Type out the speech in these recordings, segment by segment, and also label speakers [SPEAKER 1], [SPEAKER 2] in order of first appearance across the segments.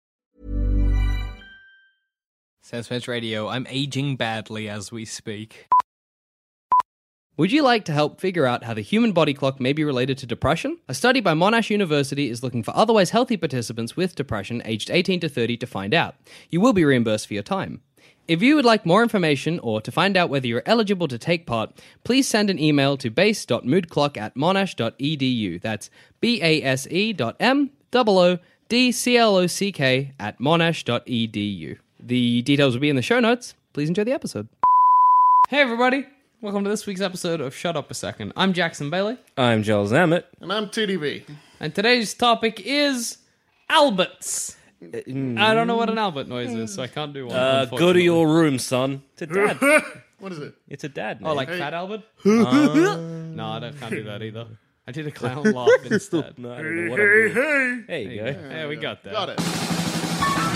[SPEAKER 1] Sam Smith Radio, I'm aging badly as we speak. Would you like to help figure out how the human body clock may be related to depression? A study by Monash University is looking for otherwise healthy participants with depression aged 18 to 30 to find out. You will be reimbursed for your time. If you would like more information or to find out whether you're eligible to take part, please send an email to base.moodclock at monash.edu. That's B A S E dot M O O D C L O C K at monash.edu. The details will be in the show notes. Please enjoy the episode. Hey, everybody. Welcome to this week's episode of Shut Up a Second. I'm Jackson Bailey,
[SPEAKER 2] I'm Joel Zammit.
[SPEAKER 3] And I'm TDB.
[SPEAKER 1] and today's topic is Alberts. I don't know what an Albert noise is, so I can't do one.
[SPEAKER 2] Mm. Uh, go to
[SPEAKER 1] unfortunately.
[SPEAKER 2] your room, son. It's a dad.
[SPEAKER 3] What is it?
[SPEAKER 2] it's a dad.
[SPEAKER 1] Oh,
[SPEAKER 2] name.
[SPEAKER 1] like Fat Albert? Um, no, I don't, can't do that either. I did a clown laugh instead.
[SPEAKER 2] no, I don't know what I'm doing. There you go.
[SPEAKER 1] Yeah, we got that.
[SPEAKER 3] Got it.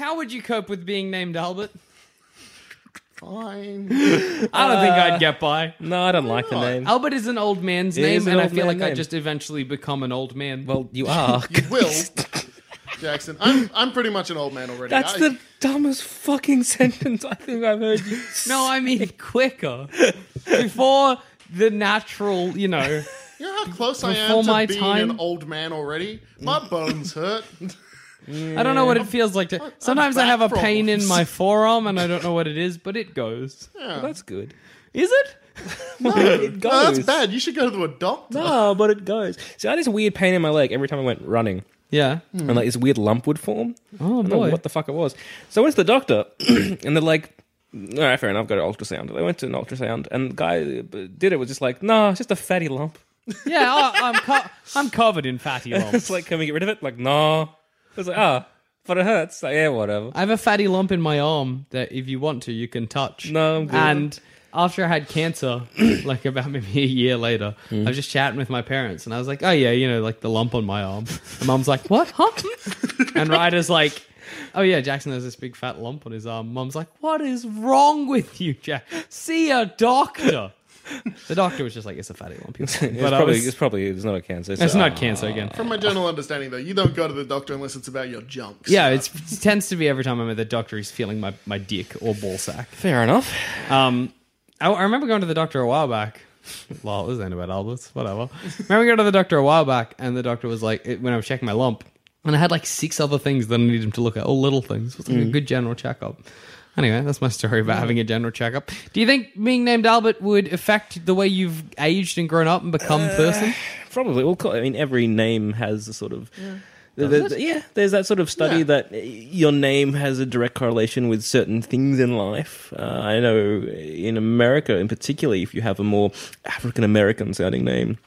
[SPEAKER 1] How would you cope with being named Albert?
[SPEAKER 3] Fine.
[SPEAKER 1] I don't think I'd get by.
[SPEAKER 2] Uh, No, I don't like the name.
[SPEAKER 1] Uh, Albert is an old man's
[SPEAKER 2] It is
[SPEAKER 1] name,
[SPEAKER 2] an
[SPEAKER 1] and I
[SPEAKER 2] old
[SPEAKER 1] feel
[SPEAKER 2] man
[SPEAKER 1] like I
[SPEAKER 2] name.
[SPEAKER 1] just eventually become an old man.
[SPEAKER 2] Well, you are.
[SPEAKER 3] You will. Jackson, I'm I'm pretty much an old man already.
[SPEAKER 2] That's
[SPEAKER 3] I-
[SPEAKER 2] the dumbest fucking sentence I think I've heard. You.
[SPEAKER 1] no, I mean quicker. Before the natural, you know.
[SPEAKER 3] You know how close I
[SPEAKER 1] Before
[SPEAKER 3] am to
[SPEAKER 1] my
[SPEAKER 3] being
[SPEAKER 1] time-
[SPEAKER 3] an old man already. My bones hurt.
[SPEAKER 1] I don't know what it feels like to. Sometimes I
[SPEAKER 3] back
[SPEAKER 1] have a pain in
[SPEAKER 3] problems.
[SPEAKER 1] my forearm, and I don't know what it is, but it goes.
[SPEAKER 2] That's good.
[SPEAKER 1] Is it?
[SPEAKER 2] it
[SPEAKER 3] No, that's
[SPEAKER 2] goes.
[SPEAKER 3] bad. You should go to a doctor.
[SPEAKER 2] No, but it goes. See, I had this weird pain in my leg every time I went running,
[SPEAKER 1] Yeah.
[SPEAKER 3] Hmm.
[SPEAKER 2] and like this weird lump would form.
[SPEAKER 1] Oh
[SPEAKER 2] I don't know
[SPEAKER 1] boy.
[SPEAKER 2] what the fuck it was. So I went to the doctor, and they're like, "All right, fair enough. Go to ultrasound." I went to an ultrasound, and the guy uh, did it was just like, "Nah, it's just a fatty lump."
[SPEAKER 1] Yeah, I, I'm co- I'm covered in fatty lumps.
[SPEAKER 2] It's like, "Can we get rid of it?" Like, "Nah." I was like, "Ah, but it hurts." Like, yeah, whatever.
[SPEAKER 1] I have a fatty lump in my arm that if you want to, you can touch.
[SPEAKER 2] No, I'm good.
[SPEAKER 1] And after I had cancer, like about maybe a year later,
[SPEAKER 2] Hmm.
[SPEAKER 1] I was just chatting with my parents and I was like, oh, yeah, you know, like the lump on my arm. And mom's like, what? Huh? and Ryder's like, oh, yeah, Jackson has this big fat lump on his arm. Mom's like, what is wrong with you, Jack? See a doctor. the doctor was just like, it's a fatty lump. You're fine."
[SPEAKER 2] It's
[SPEAKER 1] But I
[SPEAKER 2] probably,
[SPEAKER 1] was-
[SPEAKER 2] it's probably it's not a cancer. It's,
[SPEAKER 1] it's not
[SPEAKER 2] ah.
[SPEAKER 1] cancer again.
[SPEAKER 3] From my general understanding, though, you don't go to the doctor unless it's about your junks.
[SPEAKER 1] Yeah, it's, it tends to be every time I'm at the doctor, he's feeling my, my dick or ball sack.
[SPEAKER 2] Fair enough.
[SPEAKER 1] Um, I, I remember going to the doctor a while back. Lol, this ain't about Albert's, whatever. remember going to the doctor a while back, and the doctor was like, it, when I was checking my lump, and I had like six other things that I needed him to look at, all little things. It was like
[SPEAKER 2] Mm.
[SPEAKER 1] a good general checkup. Anyway, that's my story about having a general checkup. Do you think being named Albert would affect the way you've aged and grown up and become a
[SPEAKER 2] Uh,
[SPEAKER 1] person?
[SPEAKER 2] Probably. Well, co- I mean, every name has a sort of. Yeah. yeah, there's that sort of study
[SPEAKER 3] Yeah.
[SPEAKER 2] that uh, your name has a direct correlation with certain things in life. Uh, I know in America, in particular, if you have a more African American sounding name,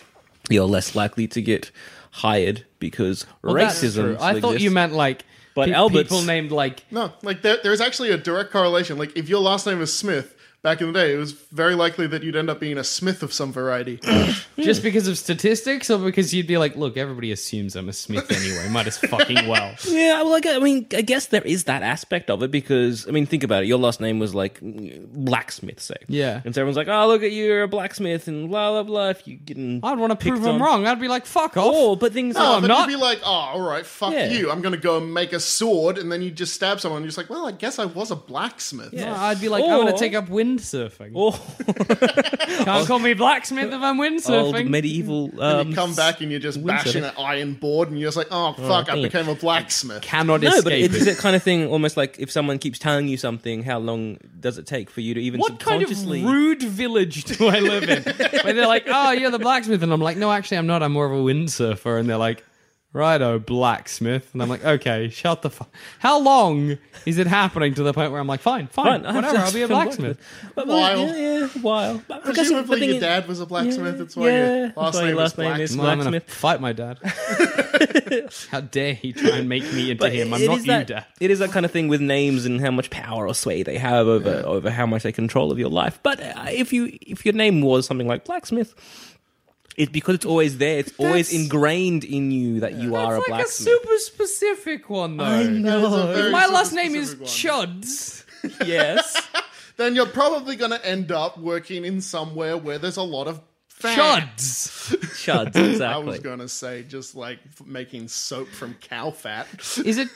[SPEAKER 2] you're less likely to get hired because
[SPEAKER 1] Well, that's
[SPEAKER 2] racism.
[SPEAKER 1] true. I thought you
[SPEAKER 2] exists.
[SPEAKER 1] meant like
[SPEAKER 2] But
[SPEAKER 1] pe-
[SPEAKER 2] Albert's-
[SPEAKER 1] people named like
[SPEAKER 3] No, like there, there's actually a direct correlation. Like if your last name was Smith back in the day, it was very likely that you'd end up being a Smith of some variety.
[SPEAKER 1] Just because of statistics, or because you'd be like, look, everybody assumes I'm a Smith anyway. Might as fucking well.
[SPEAKER 2] Yeah, well, I gue- I mean, I guess there is that aspect of it because, I mean, think about it. Your last name was like blacksmith, say.
[SPEAKER 1] Yeah.
[SPEAKER 2] And so everyone's like, oh, look at you, you're a blacksmith and blah, blah, blah. If you getting.
[SPEAKER 1] I'd want to prove
[SPEAKER 2] picked
[SPEAKER 1] them
[SPEAKER 2] on.
[SPEAKER 1] wrong. I'd be like, fuck off.
[SPEAKER 2] Oh, but things
[SPEAKER 3] No,
[SPEAKER 2] like.
[SPEAKER 1] I'm
[SPEAKER 3] but
[SPEAKER 1] not-
[SPEAKER 3] you'd be like, oh, all right, fuck
[SPEAKER 2] Yeah.
[SPEAKER 3] you. I'm going to go and make a sword. And then you just stab someone. And you're just like, well, I guess I was a blacksmith.
[SPEAKER 1] I'd be like, I'm
[SPEAKER 2] Or-
[SPEAKER 1] going to take up wind windsurfing.
[SPEAKER 2] Oh,
[SPEAKER 1] Can't call me blacksmith if I'm
[SPEAKER 2] old
[SPEAKER 1] windsurfing.
[SPEAKER 2] medieval.
[SPEAKER 3] And
[SPEAKER 2] Um,
[SPEAKER 3] you come back and you're just
[SPEAKER 2] windsurfing.
[SPEAKER 3] bashing an iron board, and you're just like, oh fuck, I
[SPEAKER 2] damn.
[SPEAKER 3] became a blacksmith.
[SPEAKER 1] Cannot
[SPEAKER 2] No,
[SPEAKER 1] escape
[SPEAKER 2] but it
[SPEAKER 1] it.
[SPEAKER 2] is that kind of thing. Almost like if someone keeps telling you something, how long does it take for you to even
[SPEAKER 1] What kind of
[SPEAKER 2] subconsciously?
[SPEAKER 1] rude village do I live in? Where they're like, oh, you're the blacksmith. And I'm like, no, actually, I'm not. I'm more of a windsurfer. And they're like, righto, blacksmith. And I'm like, okay, shut the fuck. How long is it happening to the point where I'm like, fine, fine,
[SPEAKER 2] Fine, I've
[SPEAKER 1] whatever, I'll
[SPEAKER 2] just
[SPEAKER 1] be a
[SPEAKER 2] been
[SPEAKER 1] blacksmith.
[SPEAKER 2] But,
[SPEAKER 3] While.
[SPEAKER 2] Yeah, yeah, while. But I guess the
[SPEAKER 3] Presumably,
[SPEAKER 2] thing
[SPEAKER 3] your
[SPEAKER 2] is-
[SPEAKER 3] dad was a blacksmith.
[SPEAKER 2] Yeah,
[SPEAKER 3] that's why
[SPEAKER 2] yeah,
[SPEAKER 3] your last,
[SPEAKER 2] that's why your
[SPEAKER 3] name,
[SPEAKER 2] last name
[SPEAKER 3] is
[SPEAKER 2] is-
[SPEAKER 3] blacksmith.
[SPEAKER 1] Well, I'm going to
[SPEAKER 2] blacksmith.
[SPEAKER 1] fight my dad. How dare he try and make me into
[SPEAKER 2] But
[SPEAKER 1] him? I'm
[SPEAKER 2] it
[SPEAKER 1] not
[SPEAKER 2] is
[SPEAKER 1] you,
[SPEAKER 2] that,
[SPEAKER 1] dad.
[SPEAKER 2] It is that kind of thing with names and how much power or sway they have over over how much they control of your life. But uh, if you if your name was something like blacksmith. It's because it's always there. It's always
[SPEAKER 1] That's-
[SPEAKER 2] ingrained in you that you are a
[SPEAKER 1] That's like a
[SPEAKER 2] blacksmith.
[SPEAKER 1] super specific one, though.
[SPEAKER 3] That is a very
[SPEAKER 1] My
[SPEAKER 3] sort of
[SPEAKER 1] last name is
[SPEAKER 3] specific one.
[SPEAKER 1] Chuds.
[SPEAKER 2] yes.
[SPEAKER 3] Then you're probably going to end up working in somewhere where there's a lot of fat.
[SPEAKER 1] Chuds.
[SPEAKER 2] Chuds,
[SPEAKER 3] I was
[SPEAKER 2] exactly.
[SPEAKER 3] going to say just like f- making soap from cow fat.
[SPEAKER 1] Is it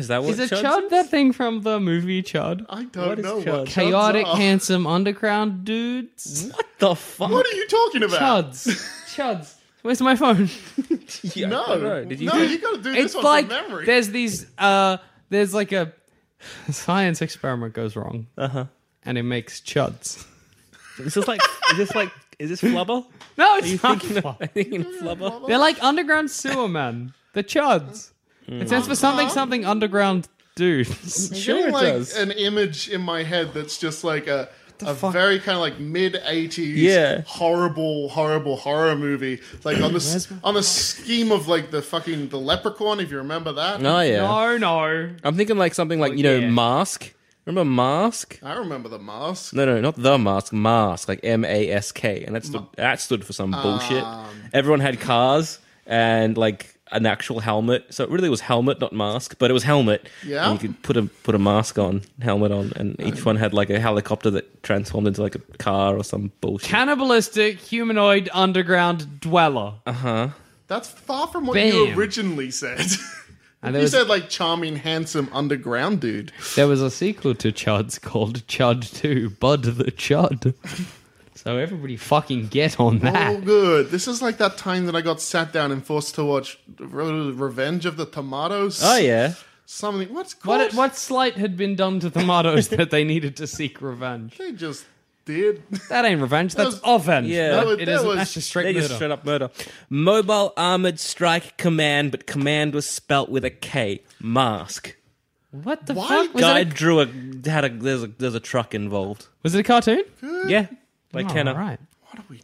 [SPEAKER 2] Is that what
[SPEAKER 1] Is a
[SPEAKER 2] chuds
[SPEAKER 1] Chud that thing from the movie Chud?
[SPEAKER 3] I don't
[SPEAKER 2] What is
[SPEAKER 3] know
[SPEAKER 2] chud?
[SPEAKER 3] what Uh, chuds
[SPEAKER 1] Chaotic,
[SPEAKER 3] are.
[SPEAKER 1] handsome, underground dudes.
[SPEAKER 2] What the fuck?
[SPEAKER 3] What are you talking about?
[SPEAKER 1] Chuds. Chuds. Where's my phone?
[SPEAKER 2] Yeah, I
[SPEAKER 3] No,
[SPEAKER 2] don't know. Did you
[SPEAKER 3] no, you got to do this
[SPEAKER 1] It's
[SPEAKER 3] one
[SPEAKER 1] like
[SPEAKER 3] from memory.
[SPEAKER 1] there's these. uh There's like a science experiment goes wrong. Uh
[SPEAKER 3] Uh-huh.
[SPEAKER 1] huh. And it makes chuds.
[SPEAKER 2] Is this like is this like is this flubber?
[SPEAKER 1] No, it's not.
[SPEAKER 2] Thinking of- thinking of flubber?
[SPEAKER 1] They're like underground sewer men. The chuds. It stands for something something underground dudes.
[SPEAKER 3] I'm getting,
[SPEAKER 2] Sure it
[SPEAKER 3] like uh,
[SPEAKER 2] does.
[SPEAKER 3] an image in my head that's just like a a very kind of like mid '80s
[SPEAKER 2] Yeah.
[SPEAKER 3] horrible, horrible horror movie. Like on the s- on the scheme of like the fucking the Leprechaun, if you remember that.
[SPEAKER 2] Oh yeah.
[SPEAKER 1] No, no.
[SPEAKER 2] I'm thinking like something
[SPEAKER 3] Oh,
[SPEAKER 2] like you know
[SPEAKER 1] yeah.
[SPEAKER 2] mask. Remember mask?
[SPEAKER 3] I remember the mask.
[SPEAKER 2] No, no, not the mask. Mask, like M A S K, and that stood, that stood for some bullshit.
[SPEAKER 3] Um.
[SPEAKER 2] Everyone had cars and like an actual helmet, so it really was helmet, not mask, but it was helmet.
[SPEAKER 3] Yeah. Uh.
[SPEAKER 2] and you could put a put a mask on, helmet on, and each one had like a helicopter that transformed into like a car or some bullshit.
[SPEAKER 1] Cannibalistic humanoid underground dweller.
[SPEAKER 3] That's far from what
[SPEAKER 1] Bam.
[SPEAKER 3] you originally said.
[SPEAKER 1] and
[SPEAKER 3] you
[SPEAKER 1] there was,
[SPEAKER 3] said like charming, handsome underground dude.
[SPEAKER 1] there was a sequel to Chuds called Chud 2, Bud the Chud. So everybody fucking get on that.
[SPEAKER 3] Oh, good. This is like that time that I got sat down and forced to watch Re- Revenge of the Tomatoes.
[SPEAKER 2] Oh yeah,
[SPEAKER 3] Something. What's it called?
[SPEAKER 1] What, what slight had been done to tomatoes that they needed to seek revenge?
[SPEAKER 3] They just did.
[SPEAKER 1] That ain't revenge, that's
[SPEAKER 3] was-
[SPEAKER 1] offense.
[SPEAKER 2] Yeah.
[SPEAKER 1] That-
[SPEAKER 2] That
[SPEAKER 3] was-
[SPEAKER 1] it
[SPEAKER 3] that
[SPEAKER 1] isn't,
[SPEAKER 3] was-
[SPEAKER 1] that's just straight
[SPEAKER 2] they just
[SPEAKER 1] murder.
[SPEAKER 2] straight up murder. Mobile armored strike command, but command was spelt with a K. Mask.
[SPEAKER 1] What the
[SPEAKER 3] Why
[SPEAKER 1] fuck? Was,
[SPEAKER 2] Guy
[SPEAKER 1] it a,
[SPEAKER 2] drew a had a there's a there's a truck involved.
[SPEAKER 1] was it a cartoon?
[SPEAKER 2] Yeah, like
[SPEAKER 1] Oh,
[SPEAKER 2] Kenner.
[SPEAKER 1] right.
[SPEAKER 3] What are we?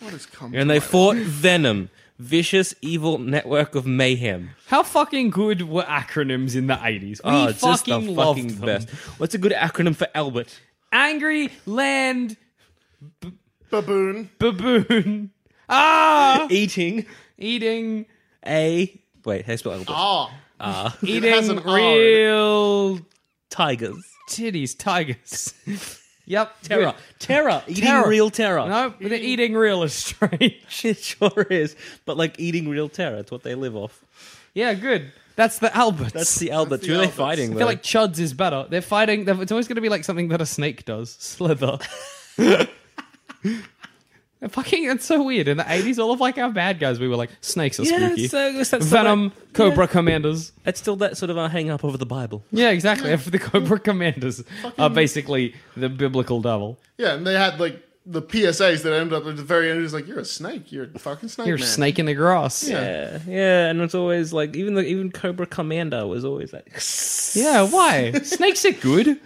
[SPEAKER 3] What has come?
[SPEAKER 2] And
[SPEAKER 3] to
[SPEAKER 2] they
[SPEAKER 3] my-
[SPEAKER 2] fought Venom, vicious evil network of mayhem.
[SPEAKER 1] How fucking good were acronyms in the 80s? We
[SPEAKER 2] Oh, it's
[SPEAKER 1] fucking
[SPEAKER 2] just the
[SPEAKER 1] loved
[SPEAKER 2] fucking
[SPEAKER 1] them.
[SPEAKER 2] best. What's a good acronym for Albert?
[SPEAKER 1] Angry Land
[SPEAKER 3] baboon.
[SPEAKER 1] Baboon. Ah!
[SPEAKER 2] Eating
[SPEAKER 1] eating.
[SPEAKER 2] a wait, how do you spell Albert?
[SPEAKER 3] Ah,
[SPEAKER 1] Eating
[SPEAKER 3] has an R.
[SPEAKER 1] real
[SPEAKER 2] Tigers.
[SPEAKER 1] titties, tigers. yep.
[SPEAKER 2] Terror. Terror. Eating
[SPEAKER 1] Terror.
[SPEAKER 2] real terror.
[SPEAKER 1] No, but they're eating real is strange.
[SPEAKER 2] It sure is. But like eating real terror, it's what they live off.
[SPEAKER 1] yeah, good. That's the Alberts.
[SPEAKER 2] That's the Albert.
[SPEAKER 3] the
[SPEAKER 2] Who are they
[SPEAKER 3] Alberts.
[SPEAKER 2] fighting?
[SPEAKER 1] I
[SPEAKER 2] though?
[SPEAKER 1] feel like Chuds is better. They're fighting. They're, it's always going to be like something that a snake does. Slither. They're fucking. That's so weird. In the eighties, all of like our bad guys, we were like snakes are
[SPEAKER 2] yeah,
[SPEAKER 1] spooky.
[SPEAKER 2] so it's that sort of-
[SPEAKER 1] Venom, Cobra Commanders.
[SPEAKER 2] It's still that sort of uh, hang up over the Bible.
[SPEAKER 1] Yeah, exactly. If the Cobra Commanders are basically the biblical devil.
[SPEAKER 3] Yeah, and they had like the PSAs that ended up at the very end. It was like, "You're a snake. You're a fucking snake.
[SPEAKER 1] You're a
[SPEAKER 3] man."
[SPEAKER 1] snake in the grass. Yeah.
[SPEAKER 2] Yeah, yeah, and it's always like even the even Cobra Commander was always like
[SPEAKER 1] Yeah, why? Snakes are good.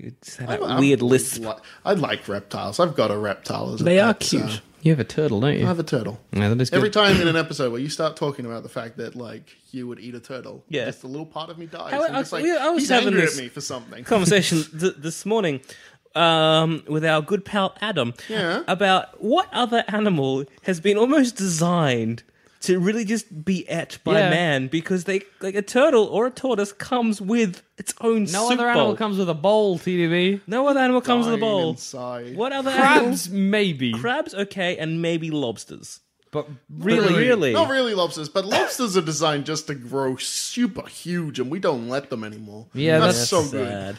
[SPEAKER 2] It's that
[SPEAKER 3] I'm-
[SPEAKER 2] weird lisp.
[SPEAKER 3] Li- I like reptiles. I've got a reptile. As a
[SPEAKER 2] They are
[SPEAKER 3] pet, so-
[SPEAKER 2] cute.
[SPEAKER 1] You have a turtle, don't you?
[SPEAKER 3] I have a turtle.
[SPEAKER 1] yeah, that is
[SPEAKER 3] Every
[SPEAKER 1] Mm, good.
[SPEAKER 3] time in an episode where you start talking about the fact that like you would eat a turtle,
[SPEAKER 2] Yeah.
[SPEAKER 3] just a little part of me dies.
[SPEAKER 2] I-
[SPEAKER 3] I, am just
[SPEAKER 2] I-
[SPEAKER 3] like,
[SPEAKER 2] we- I was
[SPEAKER 3] he's
[SPEAKER 2] having
[SPEAKER 3] angry
[SPEAKER 2] this-
[SPEAKER 3] at me for something.
[SPEAKER 2] conversation th- this morning um, with our good pal Adam
[SPEAKER 3] Yeah.
[SPEAKER 2] about what other animal has been almost designed to really just be at by
[SPEAKER 1] Yeah.
[SPEAKER 2] man because they like a turtle or a tortoise comes with its own
[SPEAKER 1] no
[SPEAKER 2] soup
[SPEAKER 1] other animal
[SPEAKER 2] bowl.
[SPEAKER 1] comes with a bowl, TDB.
[SPEAKER 2] no other animal comes with a
[SPEAKER 3] Dying
[SPEAKER 2] bowl.
[SPEAKER 3] inside.
[SPEAKER 2] What other animals?
[SPEAKER 1] Crabs, maybe.
[SPEAKER 2] Crabs, okay, and maybe lobsters.
[SPEAKER 1] But
[SPEAKER 2] But
[SPEAKER 1] really,
[SPEAKER 2] really,
[SPEAKER 3] Not really lobsters, but lobsters are designed just to grow super huge, and we don't let them anymore.
[SPEAKER 1] Yeah,
[SPEAKER 3] that's,
[SPEAKER 1] that's
[SPEAKER 3] so
[SPEAKER 2] sad.
[SPEAKER 3] good.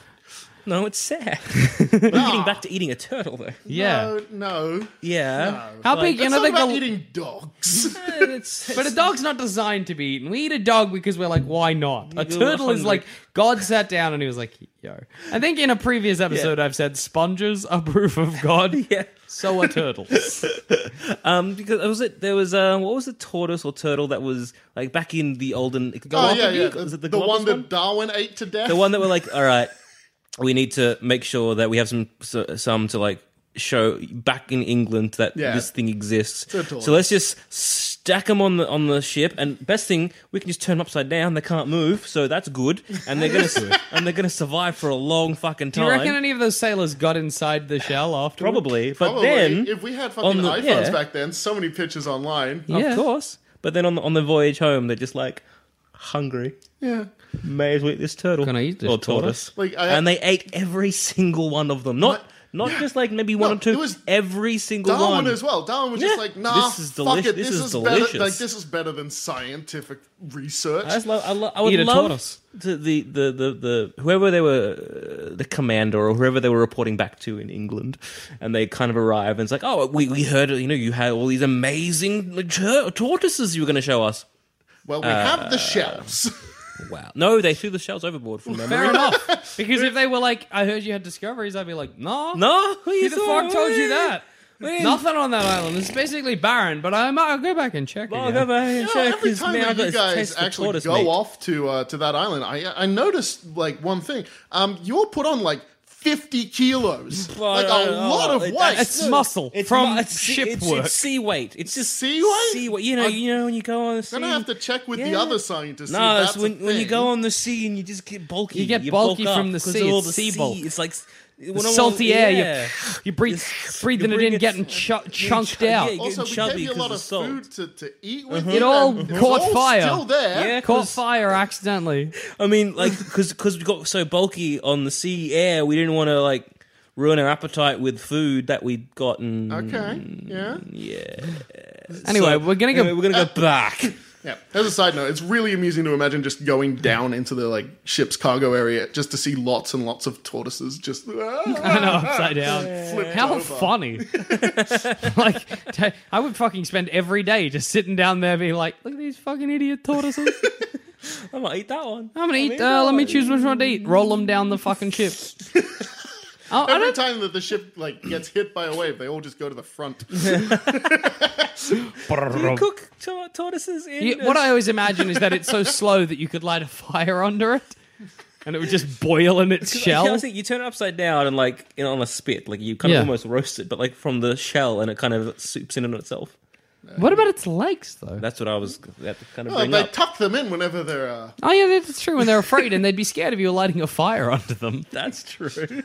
[SPEAKER 2] No, it's sad. We're
[SPEAKER 3] Ah.
[SPEAKER 2] getting back to eating a turtle, though.
[SPEAKER 1] Yeah.
[SPEAKER 3] No, no.
[SPEAKER 2] Yeah.
[SPEAKER 1] How big?
[SPEAKER 3] It's
[SPEAKER 1] And I
[SPEAKER 3] not
[SPEAKER 1] think
[SPEAKER 3] about
[SPEAKER 1] the-
[SPEAKER 3] eating dogs.
[SPEAKER 2] It's,
[SPEAKER 1] But a dog's not designed to be eaten. We eat a dog because we're like, why not? A
[SPEAKER 2] You're
[SPEAKER 1] turtle is
[SPEAKER 2] hungry.
[SPEAKER 1] like, God sat down and he was like, yo. I think in a previous episode, I've said sponges are proof of God.
[SPEAKER 2] Yeah.
[SPEAKER 1] So are turtles.
[SPEAKER 2] um, because was it there was um, what was the tortoise or turtle that was like back in the olden
[SPEAKER 3] oh yeah, yeah.
[SPEAKER 2] Was it the,
[SPEAKER 3] the one
[SPEAKER 2] Galapagos
[SPEAKER 3] that Darwin ate to death.
[SPEAKER 2] the one that were like, all right, we need to make sure that we have some so- some to like show back in England that
[SPEAKER 3] Yeah.
[SPEAKER 2] this thing exists.
[SPEAKER 3] a tortoise.
[SPEAKER 2] So let's just stack them on the on the ship, and best thing we can just turn them upside down. They can't move, so that's good. And they're gonna and they're gonna survive for a long fucking
[SPEAKER 1] Do you
[SPEAKER 2] time.
[SPEAKER 1] reckon any of those sailors got inside the shell after?
[SPEAKER 2] Probably, but
[SPEAKER 3] Probably,
[SPEAKER 2] then
[SPEAKER 3] if we had
[SPEAKER 2] on
[SPEAKER 3] fucking
[SPEAKER 2] the-
[SPEAKER 3] iPhones
[SPEAKER 2] yeah.
[SPEAKER 3] back then, so many pictures online.
[SPEAKER 1] Yeah.
[SPEAKER 2] of course. But then on the, on the voyage home, they're just like hungry.
[SPEAKER 3] Yeah.
[SPEAKER 2] May as well eat this turtle.
[SPEAKER 1] Can I eat this
[SPEAKER 2] or
[SPEAKER 1] tortoise?
[SPEAKER 2] tortoise?
[SPEAKER 3] Like, I-
[SPEAKER 2] and they ate every single one of them. Not not just like maybe one
[SPEAKER 3] No,
[SPEAKER 2] or two.
[SPEAKER 3] it was
[SPEAKER 2] every single
[SPEAKER 3] Darwin
[SPEAKER 2] one.
[SPEAKER 3] as well. Darwin was just
[SPEAKER 2] Yeah.
[SPEAKER 3] like, nah,
[SPEAKER 2] This is
[SPEAKER 3] fuck
[SPEAKER 2] delish-
[SPEAKER 3] it.
[SPEAKER 2] this
[SPEAKER 3] This,
[SPEAKER 2] is
[SPEAKER 3] is,
[SPEAKER 2] delicious.
[SPEAKER 3] better. Like this is better than scientific research.
[SPEAKER 2] I, just love, I, lo- I would
[SPEAKER 1] Eat a
[SPEAKER 2] love
[SPEAKER 1] tortoise.
[SPEAKER 2] to the, the, the, the whoever they were, uh, the commander or whoever they were reporting back to in England, and they kind of arrive and it's like, oh, we, we heard you know you had all these amazing tur- tortoises you were going to show us.
[SPEAKER 3] well, we have the
[SPEAKER 2] Uh,
[SPEAKER 3] shells.
[SPEAKER 2] Wow. No, they threw the shells overboard from memory.
[SPEAKER 1] Fair enough. Because if they were like, I heard you had discoveries, I'd be like, no.
[SPEAKER 2] No,
[SPEAKER 1] Who
[SPEAKER 2] you
[SPEAKER 1] the fuck told you that? Nothing on that island. It's basically barren, but I might, I'll go back and check.
[SPEAKER 2] Well, I'll
[SPEAKER 1] again.
[SPEAKER 2] go back and
[SPEAKER 3] You know,
[SPEAKER 2] check.
[SPEAKER 3] every
[SPEAKER 2] 'cause
[SPEAKER 3] time
[SPEAKER 2] now I've
[SPEAKER 3] that
[SPEAKER 2] got
[SPEAKER 3] you
[SPEAKER 2] to
[SPEAKER 3] guys
[SPEAKER 2] taste the
[SPEAKER 3] actually
[SPEAKER 2] tortoise
[SPEAKER 3] go
[SPEAKER 2] meat.
[SPEAKER 3] off to uh, to that island, I I noticed like one thing. Um, you're put on like fifty kilos,
[SPEAKER 2] Well, oh,
[SPEAKER 3] like a
[SPEAKER 2] I don't know.
[SPEAKER 3] lot of
[SPEAKER 2] It-
[SPEAKER 3] weight.
[SPEAKER 1] It's muscle from ship
[SPEAKER 2] it's,
[SPEAKER 1] work.
[SPEAKER 2] It's sea weight. It's just
[SPEAKER 3] Sea weight?
[SPEAKER 2] Sea weight. You know,
[SPEAKER 3] I-
[SPEAKER 2] you know when you go on the sea.
[SPEAKER 3] Gonna have to check with the
[SPEAKER 2] Yeah.
[SPEAKER 3] other scientists.
[SPEAKER 2] No,
[SPEAKER 3] if
[SPEAKER 2] it's
[SPEAKER 3] that's a
[SPEAKER 2] when, when you
[SPEAKER 3] thing.
[SPEAKER 2] go on the sea and you just get bulky.
[SPEAKER 1] You get
[SPEAKER 2] bulk
[SPEAKER 1] bulky
[SPEAKER 2] up
[SPEAKER 1] from the
[SPEAKER 2] 'cause
[SPEAKER 1] sea,
[SPEAKER 2] of all
[SPEAKER 1] it's
[SPEAKER 2] the
[SPEAKER 1] sea bulk.
[SPEAKER 2] It's like when I'm on-
[SPEAKER 1] salty air.
[SPEAKER 2] yeah.
[SPEAKER 1] You, you breathe, breathing it
[SPEAKER 2] bring
[SPEAKER 1] in,
[SPEAKER 2] it-
[SPEAKER 1] getting chu- chunked
[SPEAKER 2] chu- yeah,
[SPEAKER 1] out.
[SPEAKER 2] you
[SPEAKER 3] Also,
[SPEAKER 2] getting
[SPEAKER 3] we
[SPEAKER 2] chubby
[SPEAKER 3] gave you a
[SPEAKER 2] 'cause
[SPEAKER 3] lot
[SPEAKER 2] of
[SPEAKER 3] of
[SPEAKER 2] salt. Mm-hmm.
[SPEAKER 3] food to, to eat with.
[SPEAKER 1] It all
[SPEAKER 3] and was
[SPEAKER 1] caught
[SPEAKER 3] all
[SPEAKER 1] fire.
[SPEAKER 3] Still there.
[SPEAKER 2] Yeah.
[SPEAKER 1] Caught
[SPEAKER 2] 'cause-
[SPEAKER 1] fire accidentally.
[SPEAKER 2] I mean, like, because we got so bulky on the sea air, we didn't want to like ruin our appetite with food that we'd gotten.
[SPEAKER 3] Okay.
[SPEAKER 2] Mm.
[SPEAKER 3] Yeah.
[SPEAKER 2] Yeah.
[SPEAKER 1] Anyway,
[SPEAKER 2] So-
[SPEAKER 1] we're gonna Uh, go.
[SPEAKER 2] anyway, we're gonna go back.
[SPEAKER 3] Yeah. As a side note, it's really amusing to imagine just going down into the like ship's cargo area just to see lots and lots of tortoises just
[SPEAKER 1] I know, upside down.
[SPEAKER 3] Flipped
[SPEAKER 1] How
[SPEAKER 3] over.
[SPEAKER 1] funny! like, ta- I would fucking spend every day just sitting down there, being like, "Look at these fucking idiot tortoises.
[SPEAKER 2] I might eat that one.
[SPEAKER 1] I'm gonna eat.
[SPEAKER 2] eat that
[SPEAKER 1] Uh, let me
[SPEAKER 2] one."
[SPEAKER 1] choose which one to eat. Roll them down the fucking ship." Oh, I
[SPEAKER 3] Every
[SPEAKER 1] don't.
[SPEAKER 3] time that the ship like gets hit by a wave, they all just go to the front.
[SPEAKER 2] Do you cook tor- tortoises in?
[SPEAKER 1] You- what I always imagine is that it's so slow that you could light a fire under it, and it would just boil in its
[SPEAKER 2] shell?
[SPEAKER 1] shell.
[SPEAKER 2] you turn it upside down and like you know, on a spit, like you kind
[SPEAKER 1] Yeah.
[SPEAKER 2] of almost roast it, but like from the shell, and it kind of soups in on itself.
[SPEAKER 1] What about its legs, though?
[SPEAKER 2] That's what I was that kind of
[SPEAKER 3] Oh,
[SPEAKER 2] bring
[SPEAKER 3] they
[SPEAKER 2] up.
[SPEAKER 3] tuck them in whenever they're. Uh,
[SPEAKER 1] Oh yeah, that's true. When they're afraid and they'd be scared of you lighting a fire under them.
[SPEAKER 2] That's true.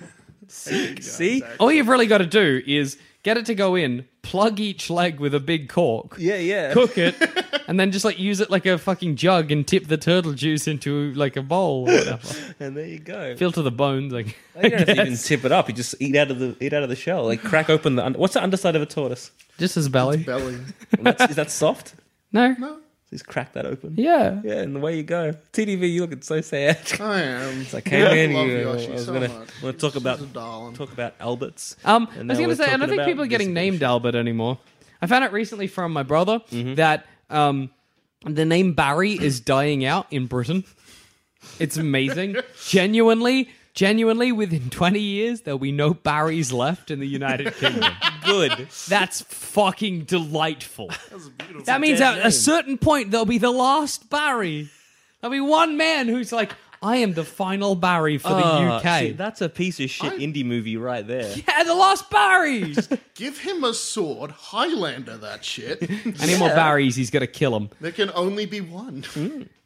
[SPEAKER 2] See,
[SPEAKER 1] All you've really got to do is get it to go in, plug each leg with a big cork,
[SPEAKER 2] yeah, yeah.
[SPEAKER 1] cook it, and then just like use it like a fucking jug and tip the turtle juice into like a bowl or whatever.
[SPEAKER 2] and there you go.
[SPEAKER 1] Filter the bones. Like,
[SPEAKER 2] you don't have to even tip it up. You just eat out of the eat out of the shell. Like crack open the. Un- What's the underside of a tortoise?
[SPEAKER 1] just his belly.
[SPEAKER 3] belly.
[SPEAKER 2] That's, is that soft?
[SPEAKER 1] No.
[SPEAKER 2] Just crack that open.
[SPEAKER 1] Yeah.
[SPEAKER 2] yeah, and away you go. TDV, you looking so sad.
[SPEAKER 3] I am.
[SPEAKER 2] I came in.
[SPEAKER 3] love
[SPEAKER 2] you- uh,
[SPEAKER 3] Yoshi
[SPEAKER 2] I was
[SPEAKER 3] so
[SPEAKER 2] gonna,
[SPEAKER 3] much.
[SPEAKER 2] want to talk
[SPEAKER 3] She's a
[SPEAKER 2] about
[SPEAKER 3] darling.
[SPEAKER 2] talk about Alberts.
[SPEAKER 1] Um,
[SPEAKER 2] And
[SPEAKER 1] I was
[SPEAKER 2] now
[SPEAKER 1] going to
[SPEAKER 2] we're
[SPEAKER 1] say, I don't
[SPEAKER 2] talking
[SPEAKER 1] think
[SPEAKER 2] about
[SPEAKER 1] people are getting
[SPEAKER 2] visible
[SPEAKER 1] named Albert anymore. I found out recently from my brother
[SPEAKER 2] Mm-hmm.
[SPEAKER 1] that um, the name Barry is dying out in Britain. It's amazing. genuinely, genuinely, within 20 years, there'll be no Barrys left in the United Kingdom.
[SPEAKER 2] good.
[SPEAKER 1] That's fucking delightful.
[SPEAKER 3] beautiful.
[SPEAKER 1] That means at
[SPEAKER 2] name.
[SPEAKER 1] a certain point, there'll be the last Barry. There'll be one man who's like, I am the final Barry for the
[SPEAKER 2] Oh,
[SPEAKER 1] UK.
[SPEAKER 2] see, that's a piece of shit
[SPEAKER 3] I-
[SPEAKER 2] indie movie right there.
[SPEAKER 1] yeah, the last Barrys.
[SPEAKER 3] Give him a sword, Highlander. That shit.
[SPEAKER 1] Any more Barrys, he's going to kill them.
[SPEAKER 3] there can only be one.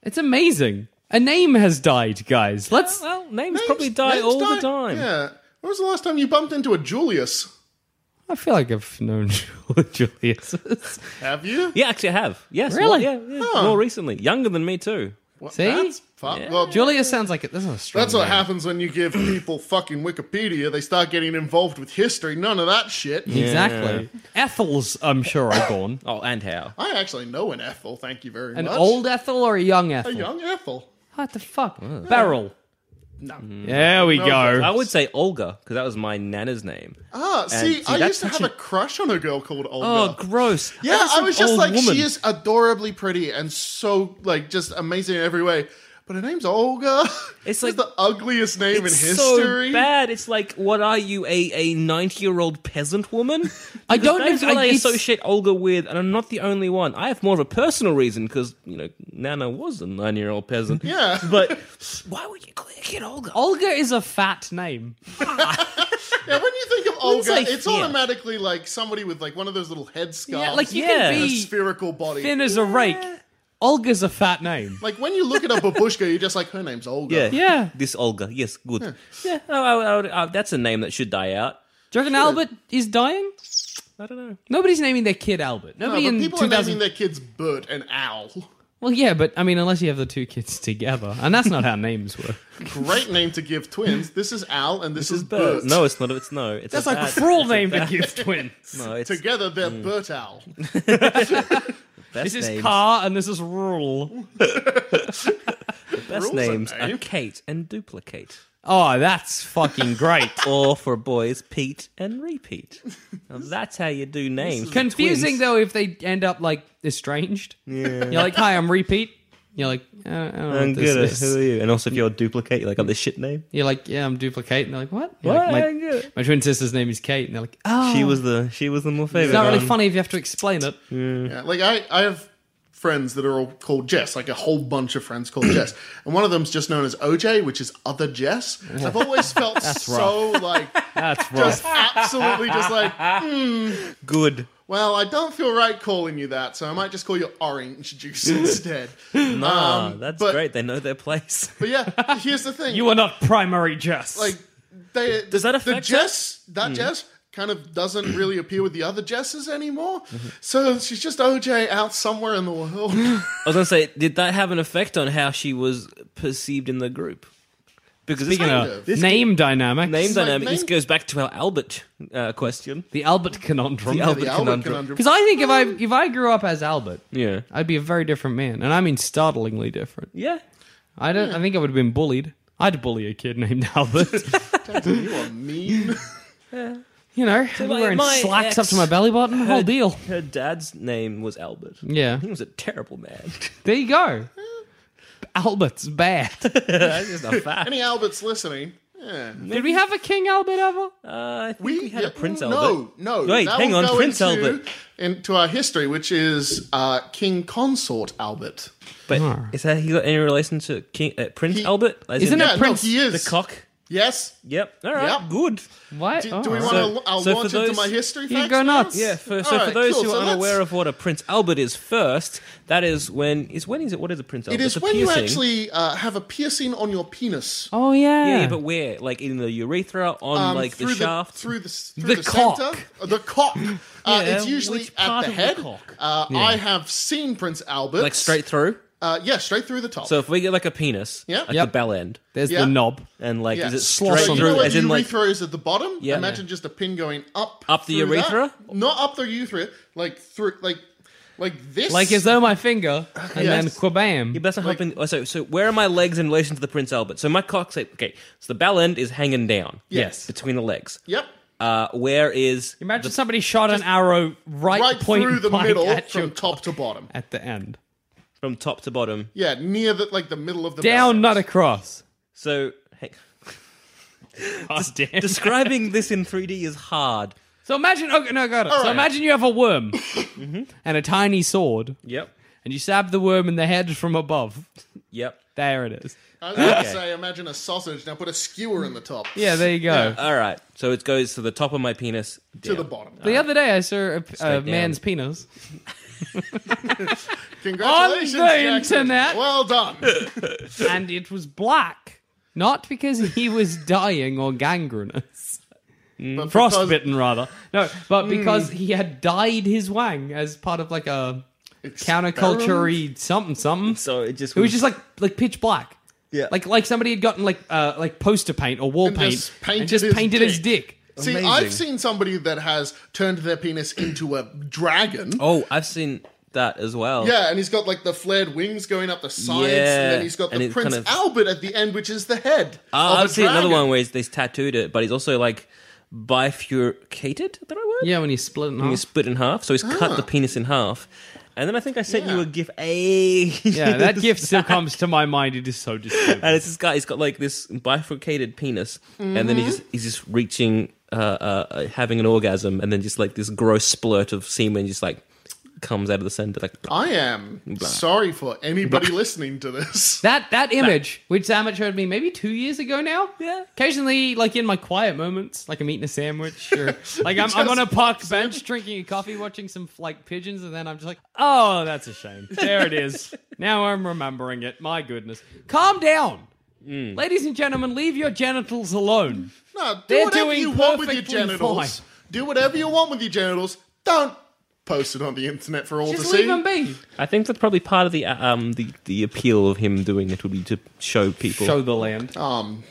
[SPEAKER 1] It's amazing. A name has died, guys. Let's.
[SPEAKER 2] Well, names,
[SPEAKER 3] Names-
[SPEAKER 2] probably die
[SPEAKER 3] names
[SPEAKER 2] all
[SPEAKER 3] die-
[SPEAKER 2] the time.
[SPEAKER 3] Yeah. When was the last time you bumped into a Julius?
[SPEAKER 1] I feel like I've known Julius.
[SPEAKER 3] Have you?
[SPEAKER 2] Yeah, actually, I have. Yes,
[SPEAKER 1] Really?
[SPEAKER 2] well, yeah, yeah. more recently, younger than me too.
[SPEAKER 3] What,
[SPEAKER 1] See?
[SPEAKER 3] That's fu- Well,
[SPEAKER 1] Julius sounds like it. That's not a strong
[SPEAKER 3] that's what
[SPEAKER 2] Oh,
[SPEAKER 1] name.
[SPEAKER 3] happens when you give people fucking Wikipedia. They start getting involved with history. None of that shit.
[SPEAKER 1] Exactly. Ethels, I'm sure, are gone.
[SPEAKER 2] Oh, and how?
[SPEAKER 3] I actually know an Ethel. Thank you very
[SPEAKER 1] An
[SPEAKER 3] much.
[SPEAKER 1] old Ethel or a young
[SPEAKER 3] a
[SPEAKER 1] Ethel?
[SPEAKER 3] young Ethel.
[SPEAKER 1] What the fuck? Beryl. No. There we go.
[SPEAKER 2] I would say Olga because that was my nana's name.
[SPEAKER 3] Ah,
[SPEAKER 2] see,
[SPEAKER 3] see, I
[SPEAKER 2] that's
[SPEAKER 3] used to
[SPEAKER 2] such
[SPEAKER 3] have a
[SPEAKER 2] a-
[SPEAKER 3] crush on a girl called
[SPEAKER 2] Oh,
[SPEAKER 3] Olga.
[SPEAKER 2] gross!
[SPEAKER 3] yeah,
[SPEAKER 2] That's
[SPEAKER 3] I
[SPEAKER 2] some
[SPEAKER 3] was just
[SPEAKER 2] old
[SPEAKER 3] like,
[SPEAKER 2] woman.
[SPEAKER 3] she is adorably pretty and so like just amazing in every way. But her name's Olga.
[SPEAKER 2] It's
[SPEAKER 3] It's
[SPEAKER 2] like-
[SPEAKER 3] like the ugliest name
[SPEAKER 2] It's
[SPEAKER 3] in history.
[SPEAKER 2] so bad. It's like, what are you, a a ninety year old peasant woman?
[SPEAKER 1] I don't
[SPEAKER 2] That's
[SPEAKER 1] know-
[SPEAKER 2] what
[SPEAKER 1] I
[SPEAKER 2] I,
[SPEAKER 1] guess-
[SPEAKER 2] associate Olga with, and I'm not the only one. I have more of a personal reason because you know Nana was a nine year old peasant.
[SPEAKER 3] Yeah.
[SPEAKER 2] but why would you click it, Olga?
[SPEAKER 1] Olga is a fat name.
[SPEAKER 3] Yeah, when you think of Olga,
[SPEAKER 2] like,
[SPEAKER 3] it's
[SPEAKER 2] yeah.
[SPEAKER 3] automatically like somebody with like one of those little head scarves
[SPEAKER 1] Yeah, like you
[SPEAKER 2] Yeah.
[SPEAKER 1] can
[SPEAKER 3] and a
[SPEAKER 1] be
[SPEAKER 3] spherical body.
[SPEAKER 1] thin as a rake. Olga's a fat name.
[SPEAKER 3] Like when you look at a babushka, you're just like, her name's Olga.
[SPEAKER 2] Yeah,
[SPEAKER 1] Yeah.
[SPEAKER 2] This Olga, yes, good. Yeah, oh, I, would- I would- uh, that's a name that should die out.
[SPEAKER 1] Do you reckon Albert is dying?
[SPEAKER 2] I don't know.
[SPEAKER 1] Nobody's naming their kid Albert.
[SPEAKER 3] No,
[SPEAKER 1] Nobody
[SPEAKER 3] but
[SPEAKER 1] in
[SPEAKER 3] people
[SPEAKER 1] 2000...
[SPEAKER 3] are naming their kids Bert and Owl.
[SPEAKER 1] Well, yeah, but I mean, unless you have the two kids together, and that's not how names work.
[SPEAKER 3] Great name to give twins. This is Owl and this, is Bert.
[SPEAKER 2] But, no, it's not. It's no. It's
[SPEAKER 1] That's
[SPEAKER 2] a
[SPEAKER 1] like
[SPEAKER 2] bad-
[SPEAKER 1] a cruel name to give twins.
[SPEAKER 2] No, it's
[SPEAKER 3] Together they're Bert Owl.
[SPEAKER 2] best
[SPEAKER 1] This is
[SPEAKER 2] names-
[SPEAKER 1] car, and this is rural.
[SPEAKER 2] Best
[SPEAKER 3] Rules are
[SPEAKER 2] names are
[SPEAKER 3] named.
[SPEAKER 2] Kate and duplicate.
[SPEAKER 1] Oh, that's fucking great.
[SPEAKER 2] or for boys, Pete and repeat. Now, that's how you do names.
[SPEAKER 1] Confusing
[SPEAKER 2] Twins.
[SPEAKER 1] though if they end up like estranged. Yeah. You're like, hi, I'm repeat. You're like, "Uh, I don't, I don't know
[SPEAKER 2] I'm
[SPEAKER 1] what this
[SPEAKER 2] good.
[SPEAKER 1] is.
[SPEAKER 2] Who are you? And also, if you're a duplicate, you like got this shit name.
[SPEAKER 1] You're like, yeah, I'm duplicate. And they're like, what? You're like,
[SPEAKER 2] What? I
[SPEAKER 1] my,
[SPEAKER 2] get it.
[SPEAKER 1] my twin sister's name is Kate. And they're like, oh,
[SPEAKER 2] She was the she was the more favorite.
[SPEAKER 1] it's not
[SPEAKER 2] Um,
[SPEAKER 1] really
[SPEAKER 2] one.
[SPEAKER 1] funny if you have to explain it.
[SPEAKER 3] Yeah, like I, I have friends that are all called Jess, like a whole bunch of friends called Jess, and one of them's just known as OJ, which is other Jess. I've always felt so like
[SPEAKER 1] That's
[SPEAKER 3] just
[SPEAKER 1] rough.
[SPEAKER 3] absolutely just like,
[SPEAKER 2] Good.
[SPEAKER 3] well, I don't feel right calling you that, so I might just call you Orange Juice instead. nah,
[SPEAKER 2] Ah, that's
[SPEAKER 3] but,
[SPEAKER 2] great. They know their place.
[SPEAKER 3] But yeah, here's the thing:
[SPEAKER 1] You are not primary Jess.
[SPEAKER 3] like they
[SPEAKER 2] Does that Mm. affect
[SPEAKER 3] the
[SPEAKER 2] it?
[SPEAKER 3] Jess that Jess kind of doesn't really appear with the other Jesses anymore.
[SPEAKER 2] Mm-hmm.
[SPEAKER 3] So she's just OJ out somewhere in the world.
[SPEAKER 2] I was gonna say, did that have an effect on how she was perceived in the group? Because this,
[SPEAKER 1] Speaking
[SPEAKER 3] kind
[SPEAKER 1] of
[SPEAKER 3] of. This
[SPEAKER 1] name dynamics,
[SPEAKER 2] name
[SPEAKER 3] like
[SPEAKER 2] dynamic, this
[SPEAKER 3] name-
[SPEAKER 2] goes back to our Albert uh, question.
[SPEAKER 1] the Albert conundrum.
[SPEAKER 2] The Albert
[SPEAKER 3] the Albert
[SPEAKER 2] conundrum.
[SPEAKER 3] conundrum.
[SPEAKER 1] Because I think if I if I grew up as Albert,
[SPEAKER 2] Yeah,
[SPEAKER 1] I'd be a very different man, and I mean startlingly different.
[SPEAKER 2] yeah.
[SPEAKER 1] I don't. I think I would have been bullied. I'd bully a kid named Albert.
[SPEAKER 3] You are mean.
[SPEAKER 1] you know,
[SPEAKER 2] my-
[SPEAKER 1] wearing
[SPEAKER 2] my
[SPEAKER 1] slacks up
[SPEAKER 2] ex
[SPEAKER 1] to my belly button, whole deal.
[SPEAKER 2] Her dad's name was Albert.
[SPEAKER 1] Yeah,
[SPEAKER 2] He was a terrible man.
[SPEAKER 1] there you go. Albert's bad.
[SPEAKER 2] that's just a fact.
[SPEAKER 3] Any Alberts listening? Yeah.
[SPEAKER 1] Did we have a King Albert ever?
[SPEAKER 2] Uh, I think
[SPEAKER 3] We,
[SPEAKER 2] we, had
[SPEAKER 3] yeah,
[SPEAKER 2] a Prince
[SPEAKER 3] no,
[SPEAKER 2] Albert.
[SPEAKER 3] No, no.
[SPEAKER 2] Wait,
[SPEAKER 3] that
[SPEAKER 2] hang
[SPEAKER 3] will
[SPEAKER 2] on,
[SPEAKER 3] go
[SPEAKER 2] Prince
[SPEAKER 3] into,
[SPEAKER 2] Albert.
[SPEAKER 3] Into our history, which is uh, King Consort Albert.
[SPEAKER 2] But is that he got any relation to King uh, Prince
[SPEAKER 3] He-
[SPEAKER 2] Albert? As
[SPEAKER 1] Isn't
[SPEAKER 2] in
[SPEAKER 1] it
[SPEAKER 3] yeah,
[SPEAKER 1] Prince
[SPEAKER 3] no, he is.
[SPEAKER 2] the cock?
[SPEAKER 3] Yes.
[SPEAKER 2] Yep. All right.
[SPEAKER 3] Yep.
[SPEAKER 2] Good.
[SPEAKER 1] What?
[SPEAKER 3] Do,
[SPEAKER 1] Oh,
[SPEAKER 3] do we
[SPEAKER 1] all
[SPEAKER 3] want
[SPEAKER 1] right.
[SPEAKER 2] So-
[SPEAKER 3] to? I'll
[SPEAKER 2] so for
[SPEAKER 3] launch
[SPEAKER 2] those-
[SPEAKER 3] into my history.
[SPEAKER 1] You
[SPEAKER 3] facts
[SPEAKER 1] go
[SPEAKER 3] now?
[SPEAKER 1] nuts.
[SPEAKER 2] Yeah. For, so
[SPEAKER 3] All
[SPEAKER 2] for
[SPEAKER 3] right,
[SPEAKER 2] those
[SPEAKER 3] cool,
[SPEAKER 2] who
[SPEAKER 3] so
[SPEAKER 2] are
[SPEAKER 3] let's-
[SPEAKER 2] unaware of what a Prince Albert is, first that is when is when is it? What is a Prince Albert?
[SPEAKER 3] it
[SPEAKER 2] It's
[SPEAKER 3] is
[SPEAKER 2] a
[SPEAKER 3] when you
[SPEAKER 2] piercing.
[SPEAKER 3] actually uh, have a piercing on your penis.
[SPEAKER 1] Oh yeah.
[SPEAKER 2] Yeah, yeah, but where? Like in the urethra, on
[SPEAKER 3] um,
[SPEAKER 2] like the
[SPEAKER 3] through
[SPEAKER 2] shaft.
[SPEAKER 3] through the s-
[SPEAKER 1] The
[SPEAKER 3] through the,
[SPEAKER 1] cock.
[SPEAKER 3] center, Uh, the cock. Uh,
[SPEAKER 2] Yeah,
[SPEAKER 3] it's usually
[SPEAKER 2] which
[SPEAKER 3] at
[SPEAKER 2] part
[SPEAKER 3] the
[SPEAKER 2] of the
[SPEAKER 3] head.
[SPEAKER 2] cock?
[SPEAKER 3] Uh, I have seen Prince Albert,
[SPEAKER 2] Like straight through.
[SPEAKER 3] Uh, yeah, straight through the top.
[SPEAKER 2] So if we get like a penis,
[SPEAKER 3] Yeah.
[SPEAKER 2] like
[SPEAKER 1] Yep.
[SPEAKER 2] the bell end,
[SPEAKER 1] There's
[SPEAKER 3] Yeah.
[SPEAKER 1] the knob.
[SPEAKER 2] and like
[SPEAKER 3] yeah,
[SPEAKER 2] is it
[SPEAKER 1] Slots
[SPEAKER 2] straight
[SPEAKER 1] on
[SPEAKER 3] you know
[SPEAKER 2] through?
[SPEAKER 3] where
[SPEAKER 2] As
[SPEAKER 3] the
[SPEAKER 2] in like
[SPEAKER 3] urethra is at the bottom.
[SPEAKER 2] Yeah.
[SPEAKER 3] Imagine just a pin going up,
[SPEAKER 2] Up the
[SPEAKER 3] through that.
[SPEAKER 2] urethra?
[SPEAKER 3] not up the urethra, like through, like, like this,
[SPEAKER 1] Like as though my finger, and then
[SPEAKER 3] Yes.
[SPEAKER 1] kabam.
[SPEAKER 2] Yeah, but that's not helping. oh, So, so where are my legs in relation to the Prince Albert? So my cock's like, okay, so the bell end is hanging down.
[SPEAKER 3] Yes.
[SPEAKER 2] Between the legs.
[SPEAKER 3] Yep.
[SPEAKER 2] Uh, where is.
[SPEAKER 1] Imagine somebody shot an arrow right,
[SPEAKER 3] Right
[SPEAKER 1] point
[SPEAKER 3] through the
[SPEAKER 1] blank
[SPEAKER 3] middle
[SPEAKER 1] at your
[SPEAKER 3] from top to bottom.
[SPEAKER 1] at the end.
[SPEAKER 2] From top to bottom.
[SPEAKER 3] Yeah, near the like the middle of the
[SPEAKER 1] Down,
[SPEAKER 3] bell.
[SPEAKER 1] not across.
[SPEAKER 2] So. Hang,
[SPEAKER 1] Just,
[SPEAKER 2] describing this in 3D is hard.
[SPEAKER 1] So imagine, okay, no, got it. so
[SPEAKER 3] right.
[SPEAKER 1] imagine you have a worm and a tiny sword,
[SPEAKER 2] Yep.
[SPEAKER 1] and you stab the worm in the head from above.
[SPEAKER 2] Yep.
[SPEAKER 1] There it is.
[SPEAKER 3] I was going to say, imagine a sausage. Now put a skewer in the top.
[SPEAKER 1] Yeah, there you go.
[SPEAKER 2] All right. So it goes to the top of my penis.
[SPEAKER 3] to
[SPEAKER 2] Down.
[SPEAKER 3] the bottom.
[SPEAKER 1] The other day, I saw a, a
[SPEAKER 2] down.
[SPEAKER 1] man's penis.
[SPEAKER 3] Congratulations,
[SPEAKER 1] On the
[SPEAKER 3] Jackson.
[SPEAKER 1] internet.
[SPEAKER 3] Well done.
[SPEAKER 1] and it was black. Not because he was dying or gangrenous,
[SPEAKER 3] But because-
[SPEAKER 1] frostbitten rather. Hmm. No, but because he had dyed his wang as part of like a counterculture something something.
[SPEAKER 2] So it just
[SPEAKER 1] it was
[SPEAKER 2] was-
[SPEAKER 1] just like like pitch black.
[SPEAKER 2] Yeah.
[SPEAKER 1] like like somebody had gotten like uh like poster paint or wall
[SPEAKER 3] And
[SPEAKER 1] paint
[SPEAKER 3] just
[SPEAKER 1] and
[SPEAKER 3] painted
[SPEAKER 1] just
[SPEAKER 3] his
[SPEAKER 1] painted his dick.
[SPEAKER 3] See,
[SPEAKER 2] Amazing.
[SPEAKER 3] I've seen somebody that has turned their penis into a dragon.
[SPEAKER 2] Oh, I've seen that as well.
[SPEAKER 3] Yeah, and he's got like the flared wings going up the sides,
[SPEAKER 2] Yeah,
[SPEAKER 3] and then he's got
[SPEAKER 2] and
[SPEAKER 3] the
[SPEAKER 2] it's
[SPEAKER 3] Prince
[SPEAKER 2] kind of-
[SPEAKER 3] Albert at the end, which is the head.
[SPEAKER 2] Uh,
[SPEAKER 3] of a
[SPEAKER 2] I've seen another
[SPEAKER 3] dragon.
[SPEAKER 2] one where he's, he's tattooed it, but he's also like bifurcated. Is that right word?
[SPEAKER 1] Yeah, when you split it in
[SPEAKER 2] When you
[SPEAKER 1] half.
[SPEAKER 2] split in half, so he's cut the penis in half. And then I think I sent you
[SPEAKER 3] Ah. Yeah.
[SPEAKER 2] a gif. ages
[SPEAKER 1] Yeah, that gift still comes to my mind. It is so disturbing.
[SPEAKER 2] and it's this guy. He's got like this bifurcated penis, and then
[SPEAKER 3] Mm-hmm.
[SPEAKER 2] he just he's just reaching, uh, uh, uh, having an orgasm, and then just like this gross splurt of semen just like comes out of the center. Like
[SPEAKER 3] I am sorry for anybody listening to this.
[SPEAKER 1] That that image, which Sam had showed me maybe two years ago now.
[SPEAKER 2] Yeah.
[SPEAKER 1] Occasionally, like in my quiet moments, like I'm eating a sandwich or like I'm, I'm on a park bench drinking a coffee, watching some like pigeons, and then I'm just like, oh, that's a shame. There it is. now I'm remembering it. My goodness. Calm down.
[SPEAKER 2] Mm.
[SPEAKER 1] Ladies and gentlemen, leave your genitals alone.
[SPEAKER 3] No, do
[SPEAKER 1] They're
[SPEAKER 3] whatever
[SPEAKER 1] doing
[SPEAKER 3] you want with your
[SPEAKER 1] perfectly
[SPEAKER 3] genitals.
[SPEAKER 1] fine.
[SPEAKER 3] Do whatever you want with your genitals. Don't post it on the internet for all to
[SPEAKER 1] Just
[SPEAKER 3] see.
[SPEAKER 1] leave them be.
[SPEAKER 2] I think that's probably part of the uh, um the, the appeal of him doing it would be to show people.
[SPEAKER 1] Show the land.
[SPEAKER 3] Um,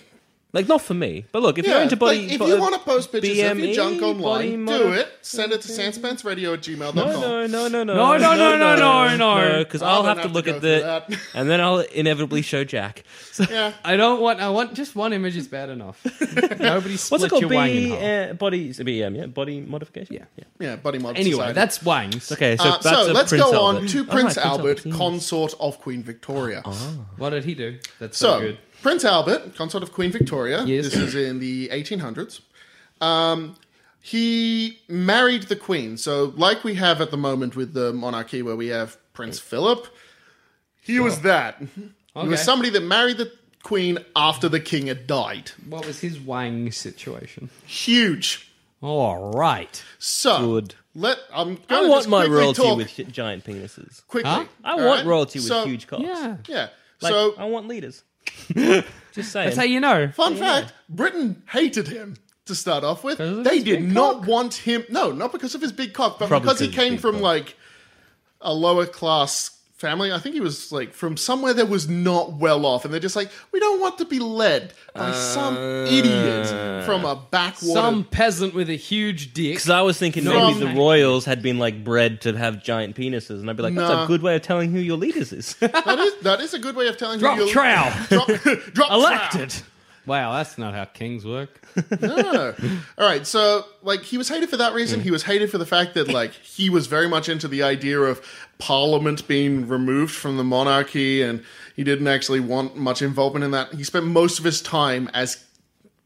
[SPEAKER 2] like not for me, but look if you're
[SPEAKER 3] yeah,
[SPEAKER 2] into body,
[SPEAKER 3] like, if
[SPEAKER 2] bo- uh,
[SPEAKER 3] you want to post pictures of your
[SPEAKER 2] BME,
[SPEAKER 3] junk
[SPEAKER 2] body
[SPEAKER 3] online, do
[SPEAKER 2] mod-
[SPEAKER 3] it. Send it to sanspansradio at gmail.com.
[SPEAKER 2] No, no, no,
[SPEAKER 1] No,
[SPEAKER 2] no,
[SPEAKER 1] no, no, no, no, no.
[SPEAKER 2] Because
[SPEAKER 3] I
[SPEAKER 2] I'll have,
[SPEAKER 3] don't have
[SPEAKER 2] to
[SPEAKER 3] to
[SPEAKER 2] look
[SPEAKER 3] go
[SPEAKER 2] at
[SPEAKER 3] through
[SPEAKER 2] the,
[SPEAKER 3] that.
[SPEAKER 2] and then I'll inevitably show Jack. So,
[SPEAKER 3] Yeah.
[SPEAKER 1] I don't want. I want just one image is bad enough. Nobody split
[SPEAKER 2] what's it called?
[SPEAKER 1] your
[SPEAKER 2] B,
[SPEAKER 1] wang in half.
[SPEAKER 2] uh, body, BM, yeah, body modification. Yeah, yeah.
[SPEAKER 3] Yeah, buddy mod.
[SPEAKER 1] Anyway,
[SPEAKER 3] society.
[SPEAKER 1] that's wangs.
[SPEAKER 2] Okay, so
[SPEAKER 3] Uh,
[SPEAKER 2] that's
[SPEAKER 3] so
[SPEAKER 2] a
[SPEAKER 3] let's
[SPEAKER 2] Prince Mm.
[SPEAKER 3] go
[SPEAKER 2] Albert. Ah.
[SPEAKER 3] on to
[SPEAKER 2] All right,
[SPEAKER 3] Prince Albert,
[SPEAKER 2] yes.
[SPEAKER 3] consort of Queen Victoria.
[SPEAKER 1] What did he do? That's so,
[SPEAKER 3] So,
[SPEAKER 1] good.
[SPEAKER 3] Prince Albert, consort of Queen Victoria,
[SPEAKER 1] Yes.
[SPEAKER 3] this is in the 1800s. Um, he married the Queen. So, like we have at the moment with the monarchy where we have Prince Philip, he was that. He
[SPEAKER 1] Okay.
[SPEAKER 3] was somebody that married the Queen after the King had died.
[SPEAKER 1] What was his wang situation?
[SPEAKER 3] Huge.
[SPEAKER 1] All right.
[SPEAKER 3] So,
[SPEAKER 2] Good.
[SPEAKER 3] let I'm
[SPEAKER 2] I
[SPEAKER 3] going to
[SPEAKER 2] want my royalty
[SPEAKER 3] talk
[SPEAKER 2] with gi- giant penises.
[SPEAKER 3] quickly.
[SPEAKER 1] Huh?
[SPEAKER 2] I
[SPEAKER 3] all
[SPEAKER 2] want
[SPEAKER 3] right?
[SPEAKER 2] royalty with
[SPEAKER 3] So,
[SPEAKER 2] huge cocks.
[SPEAKER 1] Yeah.
[SPEAKER 3] Yeah.
[SPEAKER 2] Like,
[SPEAKER 3] so,
[SPEAKER 2] I want leaders. Just saying.
[SPEAKER 1] That's how you know.
[SPEAKER 3] Fun fact: Britain hated him to start off with.
[SPEAKER 1] of
[SPEAKER 3] They
[SPEAKER 1] his
[SPEAKER 3] did
[SPEAKER 1] big
[SPEAKER 3] not want him. No, not because of his big cock, but
[SPEAKER 2] Probably
[SPEAKER 3] because he
[SPEAKER 2] because of his
[SPEAKER 3] came
[SPEAKER 2] big
[SPEAKER 3] from
[SPEAKER 2] cock.
[SPEAKER 3] like a lower class family. I think he was like from somewhere that was not well off, and they're just like, we don't want to be led by some idiot from a backwater.
[SPEAKER 1] Some peasant with a huge dick.
[SPEAKER 2] Because I was thinking
[SPEAKER 3] No.
[SPEAKER 2] maybe the royals had been like bred to have giant penises, and I'd be like, that's
[SPEAKER 3] Nah.
[SPEAKER 2] a good way of telling who your leaders is.
[SPEAKER 3] that is that is a good way of telling
[SPEAKER 1] Drop
[SPEAKER 3] who you're-
[SPEAKER 1] trowel.
[SPEAKER 3] Drop, drop
[SPEAKER 1] Elected. Wow, that's not how kings work.
[SPEAKER 3] trowel. No, no, no. All right, so like he was hated for that reason. He was hated for the fact that like he was very much into the idea of parliament being removed from the monarchy, and he didn't actually want much involvement in that. He spent most of his time as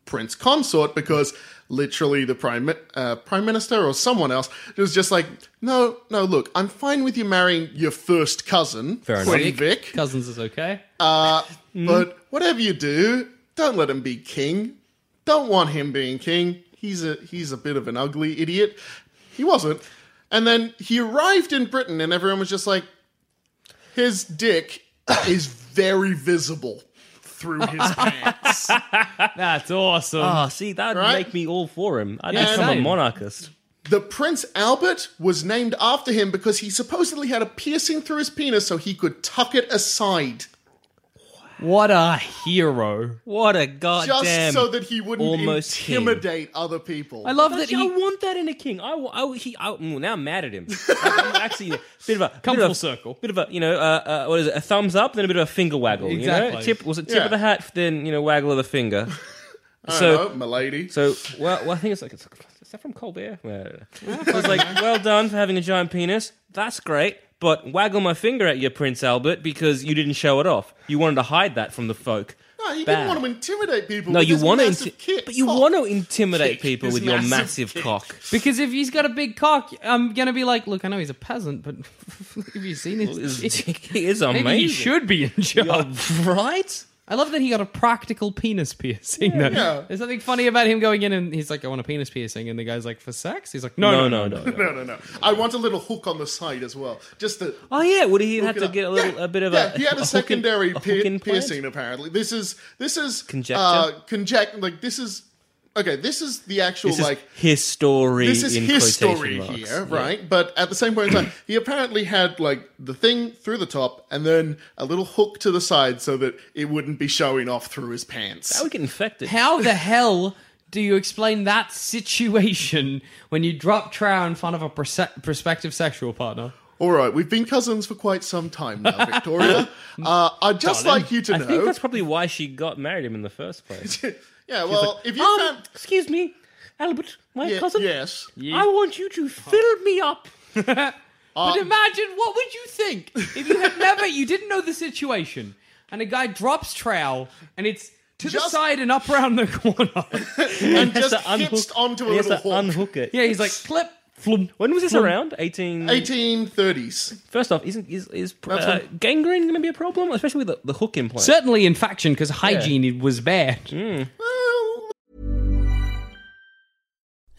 [SPEAKER 3] prince consort because literally the prime mi- uh, prime minister or someone else was just like, no, no, look, I'm fine with you marrying your first cousin,
[SPEAKER 2] enough.
[SPEAKER 3] Queen
[SPEAKER 1] Dick.
[SPEAKER 3] Vic,
[SPEAKER 1] Cousins is okay.
[SPEAKER 2] Ah.
[SPEAKER 3] but whatever you do, don't let him be king. Don't want him being king. He's a he's a bit of an ugly idiot. He wasn't. And then he arrived in Britain and everyone was just like his dick is very visible through his pants.
[SPEAKER 1] That's awesome.
[SPEAKER 2] Ah, see, that'd
[SPEAKER 3] Right?
[SPEAKER 2] make me all for him. I'd
[SPEAKER 1] Yeah,
[SPEAKER 2] become
[SPEAKER 1] same.
[SPEAKER 2] a monarchist.
[SPEAKER 3] The Prince Albert was named after him because he supposedly had a piercing through his penis so he could tuck it aside.
[SPEAKER 1] what a hero.
[SPEAKER 2] What a
[SPEAKER 3] Just
[SPEAKER 2] goddamn!
[SPEAKER 3] so that he wouldn't
[SPEAKER 2] almost king.
[SPEAKER 3] intimidate other people.
[SPEAKER 1] I love
[SPEAKER 2] But
[SPEAKER 1] that
[SPEAKER 2] I
[SPEAKER 1] he.
[SPEAKER 2] want that in a king. I, wa- I he, I, mm, now I'm mad at him. I'm actually, a bit of a
[SPEAKER 1] Come
[SPEAKER 2] bit of
[SPEAKER 1] full
[SPEAKER 2] a-
[SPEAKER 1] circle.
[SPEAKER 2] Bit of a you know uh, uh, what is it? A thumbs up, then a bit of a finger waggle. You know,
[SPEAKER 1] Exactly.
[SPEAKER 2] tip was it tip
[SPEAKER 3] Yeah.
[SPEAKER 2] of the hat, then you know waggle of the finger.
[SPEAKER 3] I
[SPEAKER 2] so-
[SPEAKER 3] don't know, my lady.
[SPEAKER 2] So well, well I think it's like it's, is that from Colbert? Well, I was like, well done for having a giant penis. That's great. But waggle my finger at you, Prince Albert, because you didn't show it off. You wanted to hide that from the folk.
[SPEAKER 3] No, you
[SPEAKER 2] Bad.
[SPEAKER 3] didn't want to intimidate people.
[SPEAKER 2] No,
[SPEAKER 3] with
[SPEAKER 2] you
[SPEAKER 3] his
[SPEAKER 2] want to,
[SPEAKER 3] massive kick- Oh,
[SPEAKER 2] but you
[SPEAKER 3] cock.
[SPEAKER 2] want to intimidate
[SPEAKER 3] Kick.
[SPEAKER 2] people
[SPEAKER 3] His
[SPEAKER 2] with your massive
[SPEAKER 3] massive kick.
[SPEAKER 2] cock.
[SPEAKER 1] Because if he's got a big cock, I'm gonna be like, look, I know he's a peasant, but have you seen his
[SPEAKER 2] His
[SPEAKER 1] dick?
[SPEAKER 2] dick is
[SPEAKER 1] Maybe
[SPEAKER 2] amazing.
[SPEAKER 1] he should be in charge.
[SPEAKER 2] right?
[SPEAKER 1] I love that he got a practical penis piercing. though.
[SPEAKER 3] Yeah.
[SPEAKER 1] There's something funny about him going in and he's like, "I want a penis piercing," and the guy's like, "For sex?" He's like, "No, no,
[SPEAKER 2] No, no, no. no.
[SPEAKER 3] No, no, no. I want a little hook on the side as well. Just to.
[SPEAKER 2] Oh yeah, would he have
[SPEAKER 3] hook it
[SPEAKER 2] to
[SPEAKER 3] up.
[SPEAKER 2] get a little,
[SPEAKER 3] Yeah,
[SPEAKER 2] a bit of
[SPEAKER 3] yeah,
[SPEAKER 2] a?
[SPEAKER 3] he
[SPEAKER 2] a
[SPEAKER 3] had a,
[SPEAKER 2] hook in-
[SPEAKER 3] secondary
[SPEAKER 2] a hook
[SPEAKER 3] pier-
[SPEAKER 2] implant?
[SPEAKER 3] piercing. Apparently, this is this is
[SPEAKER 2] Conjecture?
[SPEAKER 3] Uh, conject like this is okay. This is the actual
[SPEAKER 2] This is
[SPEAKER 3] like
[SPEAKER 2] his story.
[SPEAKER 3] this is
[SPEAKER 2] in
[SPEAKER 3] his
[SPEAKER 2] quotation
[SPEAKER 3] story
[SPEAKER 2] marks.
[SPEAKER 3] here, right? But at the same point in time, he apparently had like the thing through the top and then a little hook to the side so that it wouldn't be showing off through his pants.
[SPEAKER 2] I would get infected.
[SPEAKER 1] How the hell do you explain that situation when you drop trow in front of a perse- prospective sexual partner?
[SPEAKER 3] All right, we've been cousins for quite some time now, Victoria. uh, I'd just like you to
[SPEAKER 2] I
[SPEAKER 3] know.
[SPEAKER 2] think that's probably why she got married him in the first place.
[SPEAKER 3] yeah, well, if you
[SPEAKER 2] um,
[SPEAKER 3] found.
[SPEAKER 2] excuse me, Albert, my
[SPEAKER 3] Ye-
[SPEAKER 2] cousin.
[SPEAKER 3] yes.
[SPEAKER 2] I want you to fill me up.
[SPEAKER 3] Um,
[SPEAKER 1] but imagine what would you think if you had never, you didn't know the situation, and a guy drops trowel and it's to the
[SPEAKER 3] Just-
[SPEAKER 1] side and up around the corner.
[SPEAKER 3] And
[SPEAKER 2] Has
[SPEAKER 3] just
[SPEAKER 2] to unhook-
[SPEAKER 3] hitched onto a
[SPEAKER 2] he has
[SPEAKER 3] little
[SPEAKER 2] to
[SPEAKER 3] hook.
[SPEAKER 2] unhook it.
[SPEAKER 1] yeah, he's like clip.
[SPEAKER 2] Flum. When was this around? 18.
[SPEAKER 3] 1830s.
[SPEAKER 2] First off, isn't is, is
[SPEAKER 3] That's
[SPEAKER 2] uh,
[SPEAKER 3] when-
[SPEAKER 2] gangrene going to be a problem, especially with the, the hook implant?
[SPEAKER 1] Certainly in faction because hygiene was bad.
[SPEAKER 3] Mm.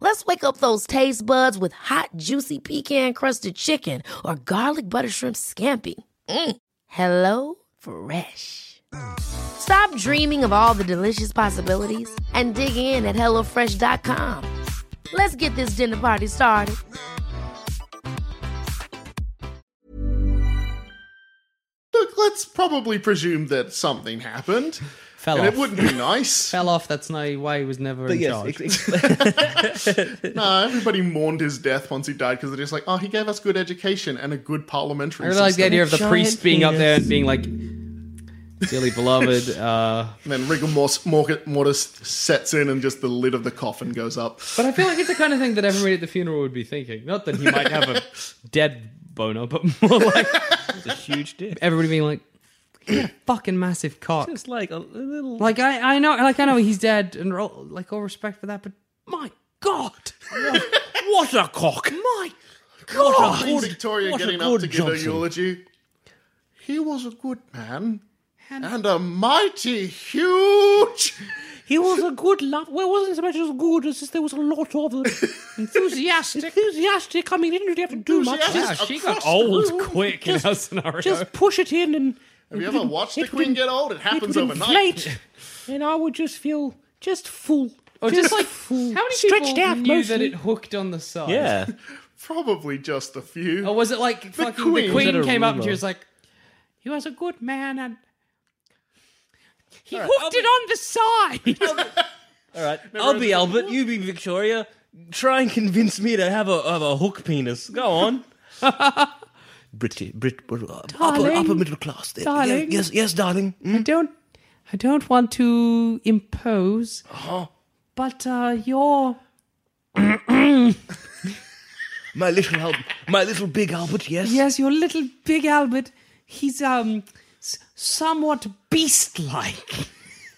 [SPEAKER 4] Let's wake up those taste buds with hot, juicy pecan crusted chicken or garlic butter shrimp scampi. Mm. Hello Fresh. Stop dreaming of all the delicious possibilities and dig in at HelloFresh.com. Let's get this dinner party started.
[SPEAKER 3] Look, let's probably presume that something happened.
[SPEAKER 1] Fell
[SPEAKER 3] and
[SPEAKER 1] off.
[SPEAKER 3] it wouldn't be nice.
[SPEAKER 1] Fell off. That's no why he was never in
[SPEAKER 2] yes,
[SPEAKER 1] charge.
[SPEAKER 2] ex-
[SPEAKER 3] no, everybody mourned his death once he died because they're just like, oh, he gave us good education and a good parliamentary
[SPEAKER 1] I really like the
[SPEAKER 3] system.
[SPEAKER 1] idea of the
[SPEAKER 2] Giant
[SPEAKER 1] priest being up there
[SPEAKER 2] penis.
[SPEAKER 1] and being like, dearly beloved, uh,
[SPEAKER 3] And then rigor mors- mor- mortis sets in and just the lid of the coffin goes up.
[SPEAKER 1] But I feel like it's the kind of thing that everybody at the funeral would be thinking. Not that he might have a dead boner, but more like
[SPEAKER 2] it's a huge dick.
[SPEAKER 1] everybody being like, "Yeah, fucking massive cock.
[SPEAKER 2] It's like a, little.
[SPEAKER 1] Like I, I know, like I know he's dead, and all, like all respect for that. But my god,
[SPEAKER 2] what a cock!
[SPEAKER 1] my
[SPEAKER 3] Oh, What
[SPEAKER 1] god,
[SPEAKER 3] a Victoria
[SPEAKER 2] what a
[SPEAKER 3] getting
[SPEAKER 2] good
[SPEAKER 3] up to give a
[SPEAKER 2] Johnson.
[SPEAKER 3] eulogy. He was a good man and a mighty huge.
[SPEAKER 2] He was a good love. Well, it wasn't so much as good as just there was a lot of them.
[SPEAKER 1] enthusiastic.
[SPEAKER 2] enthusiastic. I mean, he didn't really have to do much.
[SPEAKER 3] Enthusiastic.
[SPEAKER 1] Yeah,
[SPEAKER 2] Just,
[SPEAKER 3] Wow,
[SPEAKER 1] she got old quick in
[SPEAKER 2] Just-
[SPEAKER 1] her scenario.
[SPEAKER 2] just push it in and.
[SPEAKER 3] Have you ever watched the Queen get old? It happens
[SPEAKER 2] would
[SPEAKER 3] overnight.
[SPEAKER 2] inflate, and I would just feel just full.
[SPEAKER 1] or just like
[SPEAKER 2] full.
[SPEAKER 1] how many
[SPEAKER 2] stretched
[SPEAKER 1] people
[SPEAKER 2] out
[SPEAKER 1] knew that
[SPEAKER 2] mostly.
[SPEAKER 1] it hooked on the side?
[SPEAKER 2] Yeah,
[SPEAKER 3] Probably just a few.
[SPEAKER 1] Or was it like fucking the
[SPEAKER 3] Queen. Was
[SPEAKER 1] Queen
[SPEAKER 3] it
[SPEAKER 2] a
[SPEAKER 1] came up and she
[SPEAKER 2] rumor?
[SPEAKER 1] was like, "He was a good man and he hooked it on the side."
[SPEAKER 2] all right. I'll be Albert. You be Victoria. Try and convince me to have a have a hook penis. Go on. British, Brit, uh, upper,
[SPEAKER 1] Darling.
[SPEAKER 2] upper middle class. There.
[SPEAKER 1] Darling.
[SPEAKER 2] yes, yes, darling. Mm.
[SPEAKER 1] I don't, I don't want to impose, but uh, you're
[SPEAKER 2] My little Albert, my little big Albert. Yes,
[SPEAKER 1] yes, your little big Albert. He's um s- somewhat beast-like,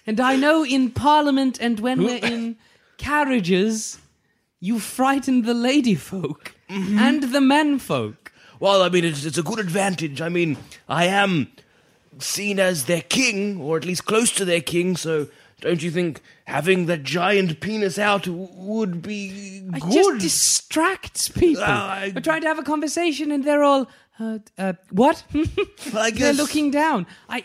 [SPEAKER 1] and I know in Parliament and when we're in carriages, you frighten the lady folk
[SPEAKER 2] Mm-hmm.
[SPEAKER 1] and the men folk.
[SPEAKER 2] Well, I mean, it's, it's a good advantage. I mean, I am seen as their king, or at least close to their king, so don't you think having that giant penis out w- would be
[SPEAKER 1] It just
[SPEAKER 2] good?
[SPEAKER 1] distracts people.
[SPEAKER 2] Ah, I-
[SPEAKER 1] We're trying to have a conversation, and they're all, uh, uh, "What?"
[SPEAKER 2] I
[SPEAKER 1] they're
[SPEAKER 2] guess- Mm.
[SPEAKER 1] looking down. I,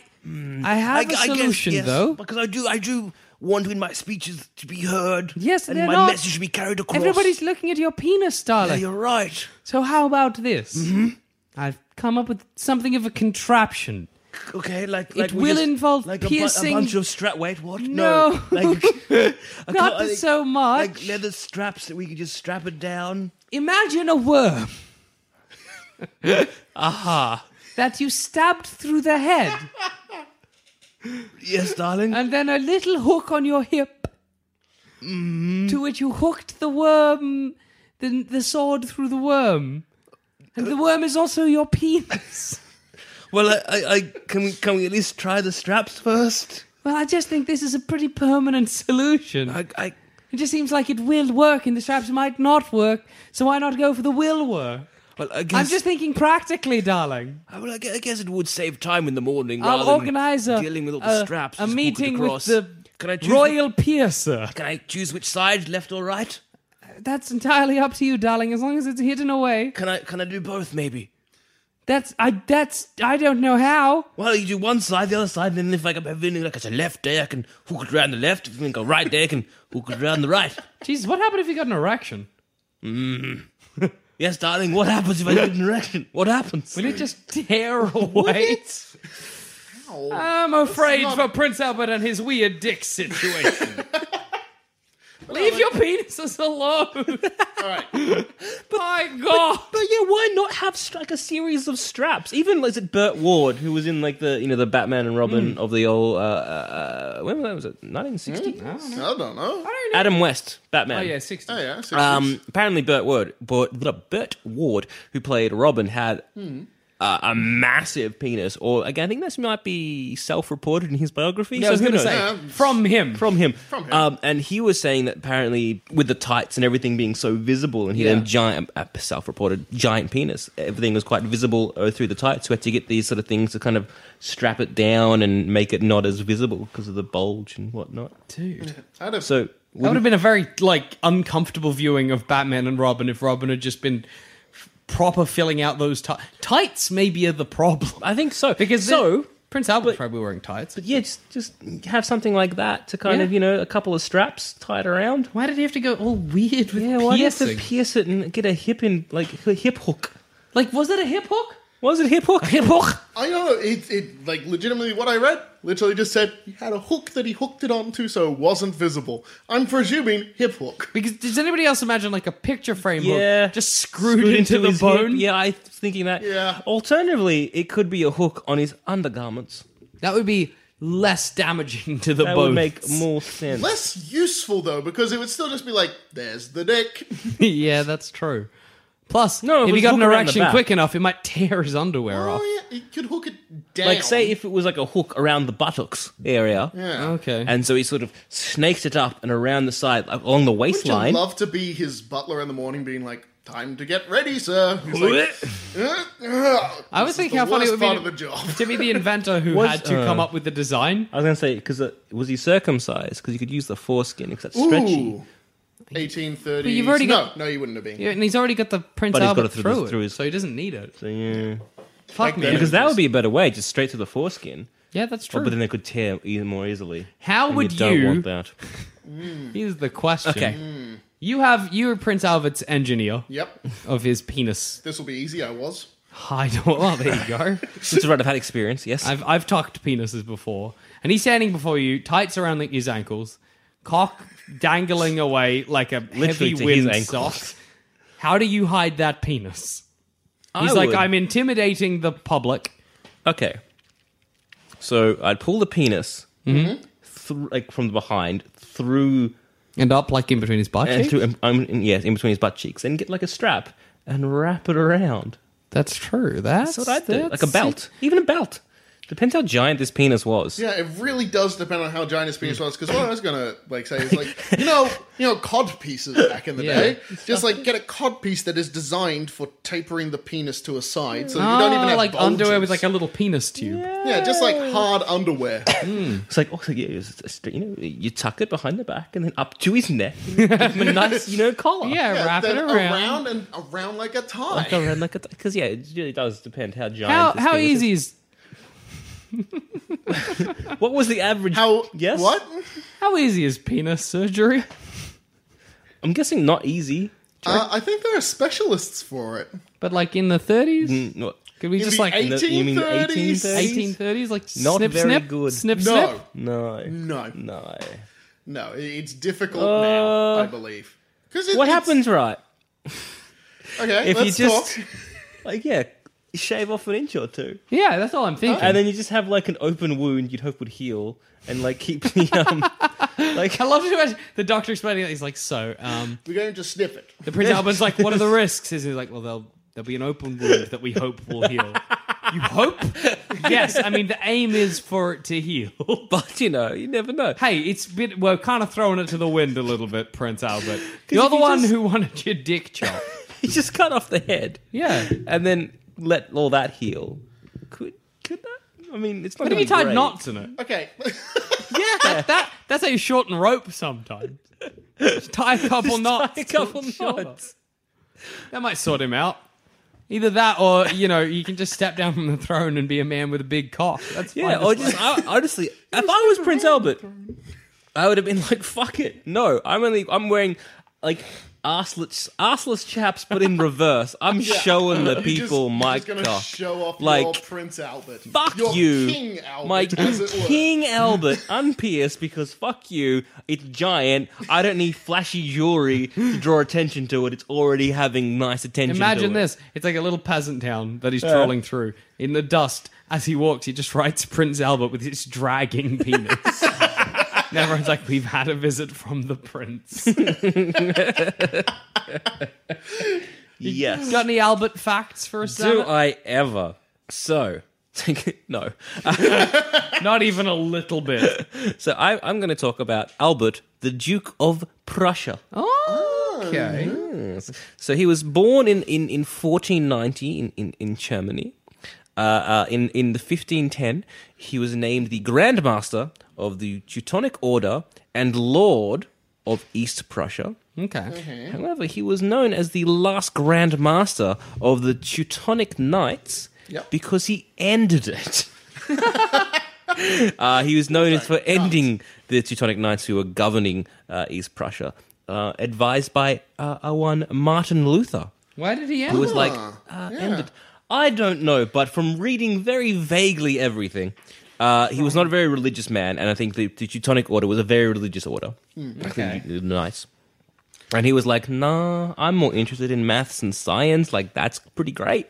[SPEAKER 1] I have a
[SPEAKER 2] gu- guess,
[SPEAKER 1] solution
[SPEAKER 2] yes,
[SPEAKER 1] though.
[SPEAKER 2] Because I do, I do want in my speeches to be heard.
[SPEAKER 1] Yes,
[SPEAKER 2] and
[SPEAKER 1] they're
[SPEAKER 2] my
[SPEAKER 1] not-
[SPEAKER 2] message to be carried across.
[SPEAKER 1] Everybody's looking at your penis,
[SPEAKER 2] Yeah,
[SPEAKER 1] darling.
[SPEAKER 2] you're right.
[SPEAKER 1] so how about this?
[SPEAKER 2] Mm-hmm.
[SPEAKER 1] I've come up with something of a contraption.
[SPEAKER 2] Okay, like, like we
[SPEAKER 1] will
[SPEAKER 2] just-
[SPEAKER 1] involve
[SPEAKER 2] like
[SPEAKER 1] piercing-
[SPEAKER 2] A, bu- a bunch of strap. Wait, what?
[SPEAKER 1] No.
[SPEAKER 2] like, I
[SPEAKER 1] Not
[SPEAKER 2] can't- I think-
[SPEAKER 1] so much.
[SPEAKER 2] Like leather straps that we could just strap it down.
[SPEAKER 1] Imagine a worm. Aha. That you stabbed through the head,
[SPEAKER 2] Yes, darling.
[SPEAKER 1] and then a little hook on your hip,
[SPEAKER 2] Mm-hmm.
[SPEAKER 1] to which you hooked the worm, the, the sword through the worm. And the worm is also your penis.
[SPEAKER 2] Well, I, I, I can we can we at least try the straps first?
[SPEAKER 1] Well, I just think this is a pretty permanent solution.
[SPEAKER 5] I, I,
[SPEAKER 1] It just seems like it will work, and the straps might not work. So why not go for the will work?
[SPEAKER 5] well, I guess,
[SPEAKER 1] I'm just thinking practically, darling.
[SPEAKER 5] I, well, I guess, I guess it would save time in the morning
[SPEAKER 1] I'll
[SPEAKER 5] rather
[SPEAKER 1] organise
[SPEAKER 5] than
[SPEAKER 1] a
[SPEAKER 5] dealing with all the
[SPEAKER 1] a-
[SPEAKER 5] straps.
[SPEAKER 1] a
[SPEAKER 5] just walking
[SPEAKER 1] meeting with
[SPEAKER 5] across.
[SPEAKER 1] the
[SPEAKER 5] Can I choose
[SPEAKER 1] royal piercer.
[SPEAKER 5] Can I choose which side, left or right?
[SPEAKER 1] That's entirely up to you, darling. As long as it's hidden away.
[SPEAKER 5] Can I can I do both? Maybe.
[SPEAKER 1] That's I. That's I don't know how.
[SPEAKER 5] Well, you do one side, the other side, and then if I can have anything like it's a left day, I can hook it around the left. If I think a right day, I can hook it around the right.
[SPEAKER 1] Jesus, what happened if you got an erection?
[SPEAKER 5] Yes, darling. What happens if I get an erection? What happens?
[SPEAKER 1] Will it just tear away? I'm afraid for Prince Albert and his weird dick situation. Leave your penises alone.
[SPEAKER 3] All right.
[SPEAKER 1] My God.
[SPEAKER 5] But yeah, why not have st- like a series of straps? Even is it Burt Ward who was in like the you know the Batman and Robin of the old uh, uh, uh, when was that? Was it 1960?
[SPEAKER 3] I don't know.
[SPEAKER 5] Adam West Batman.
[SPEAKER 1] Oh yeah, sixty.
[SPEAKER 3] Hmm? Oh, yeah. six
[SPEAKER 5] Um, apparently, Burt Ward, Burt, Burt Ward, who played Robin, had uh, a massive penis. Or again, I think this might be self-reported in his biography.
[SPEAKER 1] I was
[SPEAKER 5] so who
[SPEAKER 1] going to
[SPEAKER 5] knows?
[SPEAKER 1] say from him.
[SPEAKER 5] from him.
[SPEAKER 3] From him.
[SPEAKER 5] Um, and he was saying that apparently, with the tights and everything being so visible, and he
[SPEAKER 1] Yeah.
[SPEAKER 5] then giant, uh, self-reported giant penis. Everything was quite visible uh, through the tights. We had to get these sort of things to kind of strap it down and make it not as visible because of the bulge and whatnot.
[SPEAKER 1] Dude,
[SPEAKER 3] I'd have,
[SPEAKER 5] So.
[SPEAKER 1] that would have been a very like uncomfortable viewing of Batman and Robin if Robin had just been f- proper filling out those ti- tights. Maybe are the problem
[SPEAKER 5] I think so
[SPEAKER 1] because
[SPEAKER 5] so
[SPEAKER 1] the- Prince Albert probably wearing tights.
[SPEAKER 5] yeah, just just have something like that to kind
[SPEAKER 1] Yeah.
[SPEAKER 5] of you know a couple of straps tied around.
[SPEAKER 1] Why did he have to go all weird with
[SPEAKER 5] Yeah, why do you have to
[SPEAKER 1] piercing?
[SPEAKER 5] pierce it and get a hip in like a hip hook?
[SPEAKER 1] like, was it a hip hook?
[SPEAKER 5] Was it hip hook? Hip hook.
[SPEAKER 3] I don't know. It, it, like, legitimately, what I read literally just said he had a hook that he hooked it onto so it wasn't visible. I'm presuming hip hook.
[SPEAKER 1] Because does anybody else imagine like a picture frame hook
[SPEAKER 5] Yeah,
[SPEAKER 1] just screwed, into, the
[SPEAKER 5] his
[SPEAKER 1] bone?
[SPEAKER 5] hip. Yeah, I was thinking that.
[SPEAKER 3] Yeah.
[SPEAKER 5] Alternatively, it could be a hook on his undergarments.
[SPEAKER 1] That would be less damaging to the
[SPEAKER 5] That
[SPEAKER 1] bones.
[SPEAKER 5] would make more sense.
[SPEAKER 3] Less useful, though, because it would still just be like, there's the dick.
[SPEAKER 1] yeah, that's true. Plus, if
[SPEAKER 5] No, it
[SPEAKER 1] he
[SPEAKER 5] was
[SPEAKER 1] got an
[SPEAKER 5] hook around the
[SPEAKER 1] erection
[SPEAKER 5] back.
[SPEAKER 1] quick enough, it might tear his underwear off.
[SPEAKER 3] Oh, yeah. He could hook it down.
[SPEAKER 5] like say if it was like a hook around the buttocks area.
[SPEAKER 3] Yeah.
[SPEAKER 1] Okay.
[SPEAKER 5] And so he sort of snakes it up and around the side, like along the
[SPEAKER 3] Would you
[SPEAKER 5] waistline.
[SPEAKER 3] love to be his butler in the morning being like, time to get ready, sir? He's like, "Ugh, ugh."
[SPEAKER 1] I was
[SPEAKER 3] This is
[SPEAKER 1] thinking how
[SPEAKER 3] the
[SPEAKER 1] funny it
[SPEAKER 3] worst
[SPEAKER 1] would be
[SPEAKER 3] part
[SPEAKER 1] to-
[SPEAKER 3] of the job.
[SPEAKER 1] to be the inventor who
[SPEAKER 5] Was- uh,
[SPEAKER 1] had to come up with the design.
[SPEAKER 5] I was gonna say because uh, was he circumcised? Because you could use the foreskin because that's stretchy.
[SPEAKER 3] Ooh. 1830s.
[SPEAKER 1] But you've already
[SPEAKER 3] no,
[SPEAKER 1] got-
[SPEAKER 3] no, you wouldn't have been.
[SPEAKER 1] Yeah, and he's already got the Prince
[SPEAKER 5] But he's got
[SPEAKER 1] Albert
[SPEAKER 5] it through
[SPEAKER 1] through,
[SPEAKER 5] the- through
[SPEAKER 1] it,
[SPEAKER 5] his-
[SPEAKER 1] so he doesn't need it.
[SPEAKER 5] So, yeah.
[SPEAKER 1] Fuck me.
[SPEAKER 3] then-
[SPEAKER 5] Because that would be a better way, just straight to the foreskin.
[SPEAKER 1] Yeah, that's
[SPEAKER 5] Oh,
[SPEAKER 1] true.
[SPEAKER 5] but then they could tear e- more easily.
[SPEAKER 1] How
[SPEAKER 5] And
[SPEAKER 1] would
[SPEAKER 5] you? Don't
[SPEAKER 1] you-
[SPEAKER 5] want that.
[SPEAKER 1] Here's the question.
[SPEAKER 5] Okay.
[SPEAKER 1] You have you are Prince Albert's engineer
[SPEAKER 3] Yep.
[SPEAKER 1] of his penis.
[SPEAKER 3] This will be easy. I was.
[SPEAKER 1] hide. Well, there you go.
[SPEAKER 5] That's right. I've had experience. Yes.
[SPEAKER 1] I've I've tucked penises before, and he's standing before you, tights around like his ankles, cock dangling away like a
[SPEAKER 5] Literally
[SPEAKER 1] heavy
[SPEAKER 5] to his
[SPEAKER 1] wind
[SPEAKER 5] ankles.
[SPEAKER 1] sock. How do you hide that penis? He's like,
[SPEAKER 5] would-
[SPEAKER 1] I'm intimidating the public.
[SPEAKER 5] Okay. So I'd pull the penis, thr- like from behind, through
[SPEAKER 1] And up like in between his butt
[SPEAKER 5] and through, um, um, yes, in between his butt cheeks, and get like a strap and wrap it around.
[SPEAKER 1] That's true. That's,
[SPEAKER 5] That's what I'd do, like a belt, even a belt. Depends how giant this penis was.
[SPEAKER 3] Yeah, it really does depend on how giant his penis was. Because what I was gonna like say is like, you know, you know, cod pieces back in the
[SPEAKER 1] Yeah.
[SPEAKER 3] day. Just like get a cod piece that is designed for tapering the penis to a side, so you don't even have
[SPEAKER 1] Oh, like underwear with
[SPEAKER 3] bulges.
[SPEAKER 1] like a little penis tube.
[SPEAKER 3] yeah, just like hard underwear.
[SPEAKER 5] It's like also yeah, it's a str- you know, you tuck it behind the back and then up to his neck, give him a nice you know collar.
[SPEAKER 1] Yeah,
[SPEAKER 3] Yeah,
[SPEAKER 1] wrap it
[SPEAKER 3] then
[SPEAKER 1] around.
[SPEAKER 3] and around like a tie.
[SPEAKER 5] Like around like because yeah, it really does depend how giant.
[SPEAKER 1] How
[SPEAKER 5] this
[SPEAKER 1] how
[SPEAKER 5] penis is.
[SPEAKER 1] easy is
[SPEAKER 5] What was the average?
[SPEAKER 3] how?
[SPEAKER 5] Yes.
[SPEAKER 3] What?
[SPEAKER 1] how easy is penis surgery?
[SPEAKER 5] I'm guessing not easy.
[SPEAKER 3] Uh, I think there are specialists for it.
[SPEAKER 1] But like in the 30s,
[SPEAKER 5] Not,
[SPEAKER 1] could we
[SPEAKER 3] In
[SPEAKER 1] just
[SPEAKER 3] the
[SPEAKER 1] like
[SPEAKER 5] eight- the- you mean the
[SPEAKER 3] 1830s?
[SPEAKER 5] 1830s?
[SPEAKER 1] 1830s, like
[SPEAKER 5] Not
[SPEAKER 1] snip
[SPEAKER 5] very
[SPEAKER 1] snip,
[SPEAKER 5] good.
[SPEAKER 1] snip
[SPEAKER 3] No,
[SPEAKER 1] snip.
[SPEAKER 5] no,
[SPEAKER 3] no,
[SPEAKER 5] no. Uh,
[SPEAKER 3] no. It's difficult now, I believe. Because
[SPEAKER 5] What happens right
[SPEAKER 3] Okay,
[SPEAKER 5] if you
[SPEAKER 3] let's
[SPEAKER 5] just
[SPEAKER 3] talk.
[SPEAKER 5] like yeah, shave off an inch or two,
[SPEAKER 1] Yeah, that's all I'm thinking.
[SPEAKER 5] and then you just have like an open wound you'd hope would heal and like keep the um like
[SPEAKER 1] I love to imagine the doctor explaining that he's like, so um,
[SPEAKER 3] We're going to snip it.
[SPEAKER 1] the Prince Albert's like, what are the risks? Is he's like, well, there'll there'll be an open wound that we hope will heal. You hope? yes. I mean, the aim is for it to heal.
[SPEAKER 5] But you know, you never know.
[SPEAKER 1] Hey, it's bit, we're kind of throwing it to the wind a little bit, Prince Albert.
[SPEAKER 5] if
[SPEAKER 1] You're the
[SPEAKER 5] you
[SPEAKER 1] one
[SPEAKER 5] just-
[SPEAKER 1] who wanted your dick chopped.
[SPEAKER 5] He just cut off the head.
[SPEAKER 1] Yeah.
[SPEAKER 5] and then let all that heal. Could could that? I mean, it's not.
[SPEAKER 1] What if you
[SPEAKER 5] gonna
[SPEAKER 1] tied
[SPEAKER 5] be great.
[SPEAKER 1] knots in it?
[SPEAKER 3] Okay.
[SPEAKER 1] Yeah. That, that, that's how you shorten rope sometimes. Just tie a couple knots.
[SPEAKER 5] tie a
[SPEAKER 1] to
[SPEAKER 5] couple
[SPEAKER 1] its shoulder.
[SPEAKER 5] knots.
[SPEAKER 1] That might sort him out. Either that or, you know, you can just step down from the throne and be a man with a big cock. That's fine.
[SPEAKER 5] Yeah, or
[SPEAKER 1] Just
[SPEAKER 5] just I, honestly, if I was Prince Albert, I would have been like, "Fuck it, no." I'm only I'm wearing like arseless arseless chaps, but in reverse. I'm showing the
[SPEAKER 3] You're just-
[SPEAKER 5] people
[SPEAKER 3] you're
[SPEAKER 5] my
[SPEAKER 3] just gonna
[SPEAKER 5] cock.
[SPEAKER 3] show off your
[SPEAKER 5] like
[SPEAKER 3] Prince Albert.
[SPEAKER 5] fuck
[SPEAKER 3] your
[SPEAKER 5] you,
[SPEAKER 3] King Albert,
[SPEAKER 5] my
[SPEAKER 3] as it were.
[SPEAKER 5] King Albert, unpierced because fuck you. It's giant. I don't need flashy jewelry to draw attention to it. It's already having nice attention.
[SPEAKER 1] Imagine
[SPEAKER 5] to it.
[SPEAKER 1] this. It's like a little peasant town that he's trolling through. In the dust, as he walks, he just writes Prince Albert with his dragging penis. and everyone's like, We've had a visit from the prince.
[SPEAKER 5] Yes.
[SPEAKER 1] Got any Albert facts for us?
[SPEAKER 5] Do
[SPEAKER 1] Sam?
[SPEAKER 5] I ever? So. no.
[SPEAKER 1] Not even a little bit.
[SPEAKER 5] So I, I'm going to talk about Albert, the Duke of Prussia.
[SPEAKER 1] Okay.
[SPEAKER 5] So he was born in, in, in 1490 in, in, in Germany. Uh, uh, in, in the 1510, he was named the Grand Master of the Teutonic Order and Lord of East Prussia.
[SPEAKER 1] Okay.
[SPEAKER 5] However, he was known as the last Grand Master of the Teutonic Knights
[SPEAKER 3] Yep.
[SPEAKER 5] because he ended it. uh, he was known as for ending the Teutonic Knights who were governing uh, East Prussia, uh, advised by uh, uh, one Martin Luther,
[SPEAKER 1] Why did he
[SPEAKER 5] who
[SPEAKER 1] end
[SPEAKER 5] was
[SPEAKER 1] it?
[SPEAKER 5] like, uh, end it. I don't know, but from reading very vaguely everything, uh, he was not a very religious man, and I think the, the Teutonic Order was a very religious order.
[SPEAKER 1] Okay.
[SPEAKER 5] Nice. And he was like, nah, I'm more interested in maths and science. Like, that's pretty great.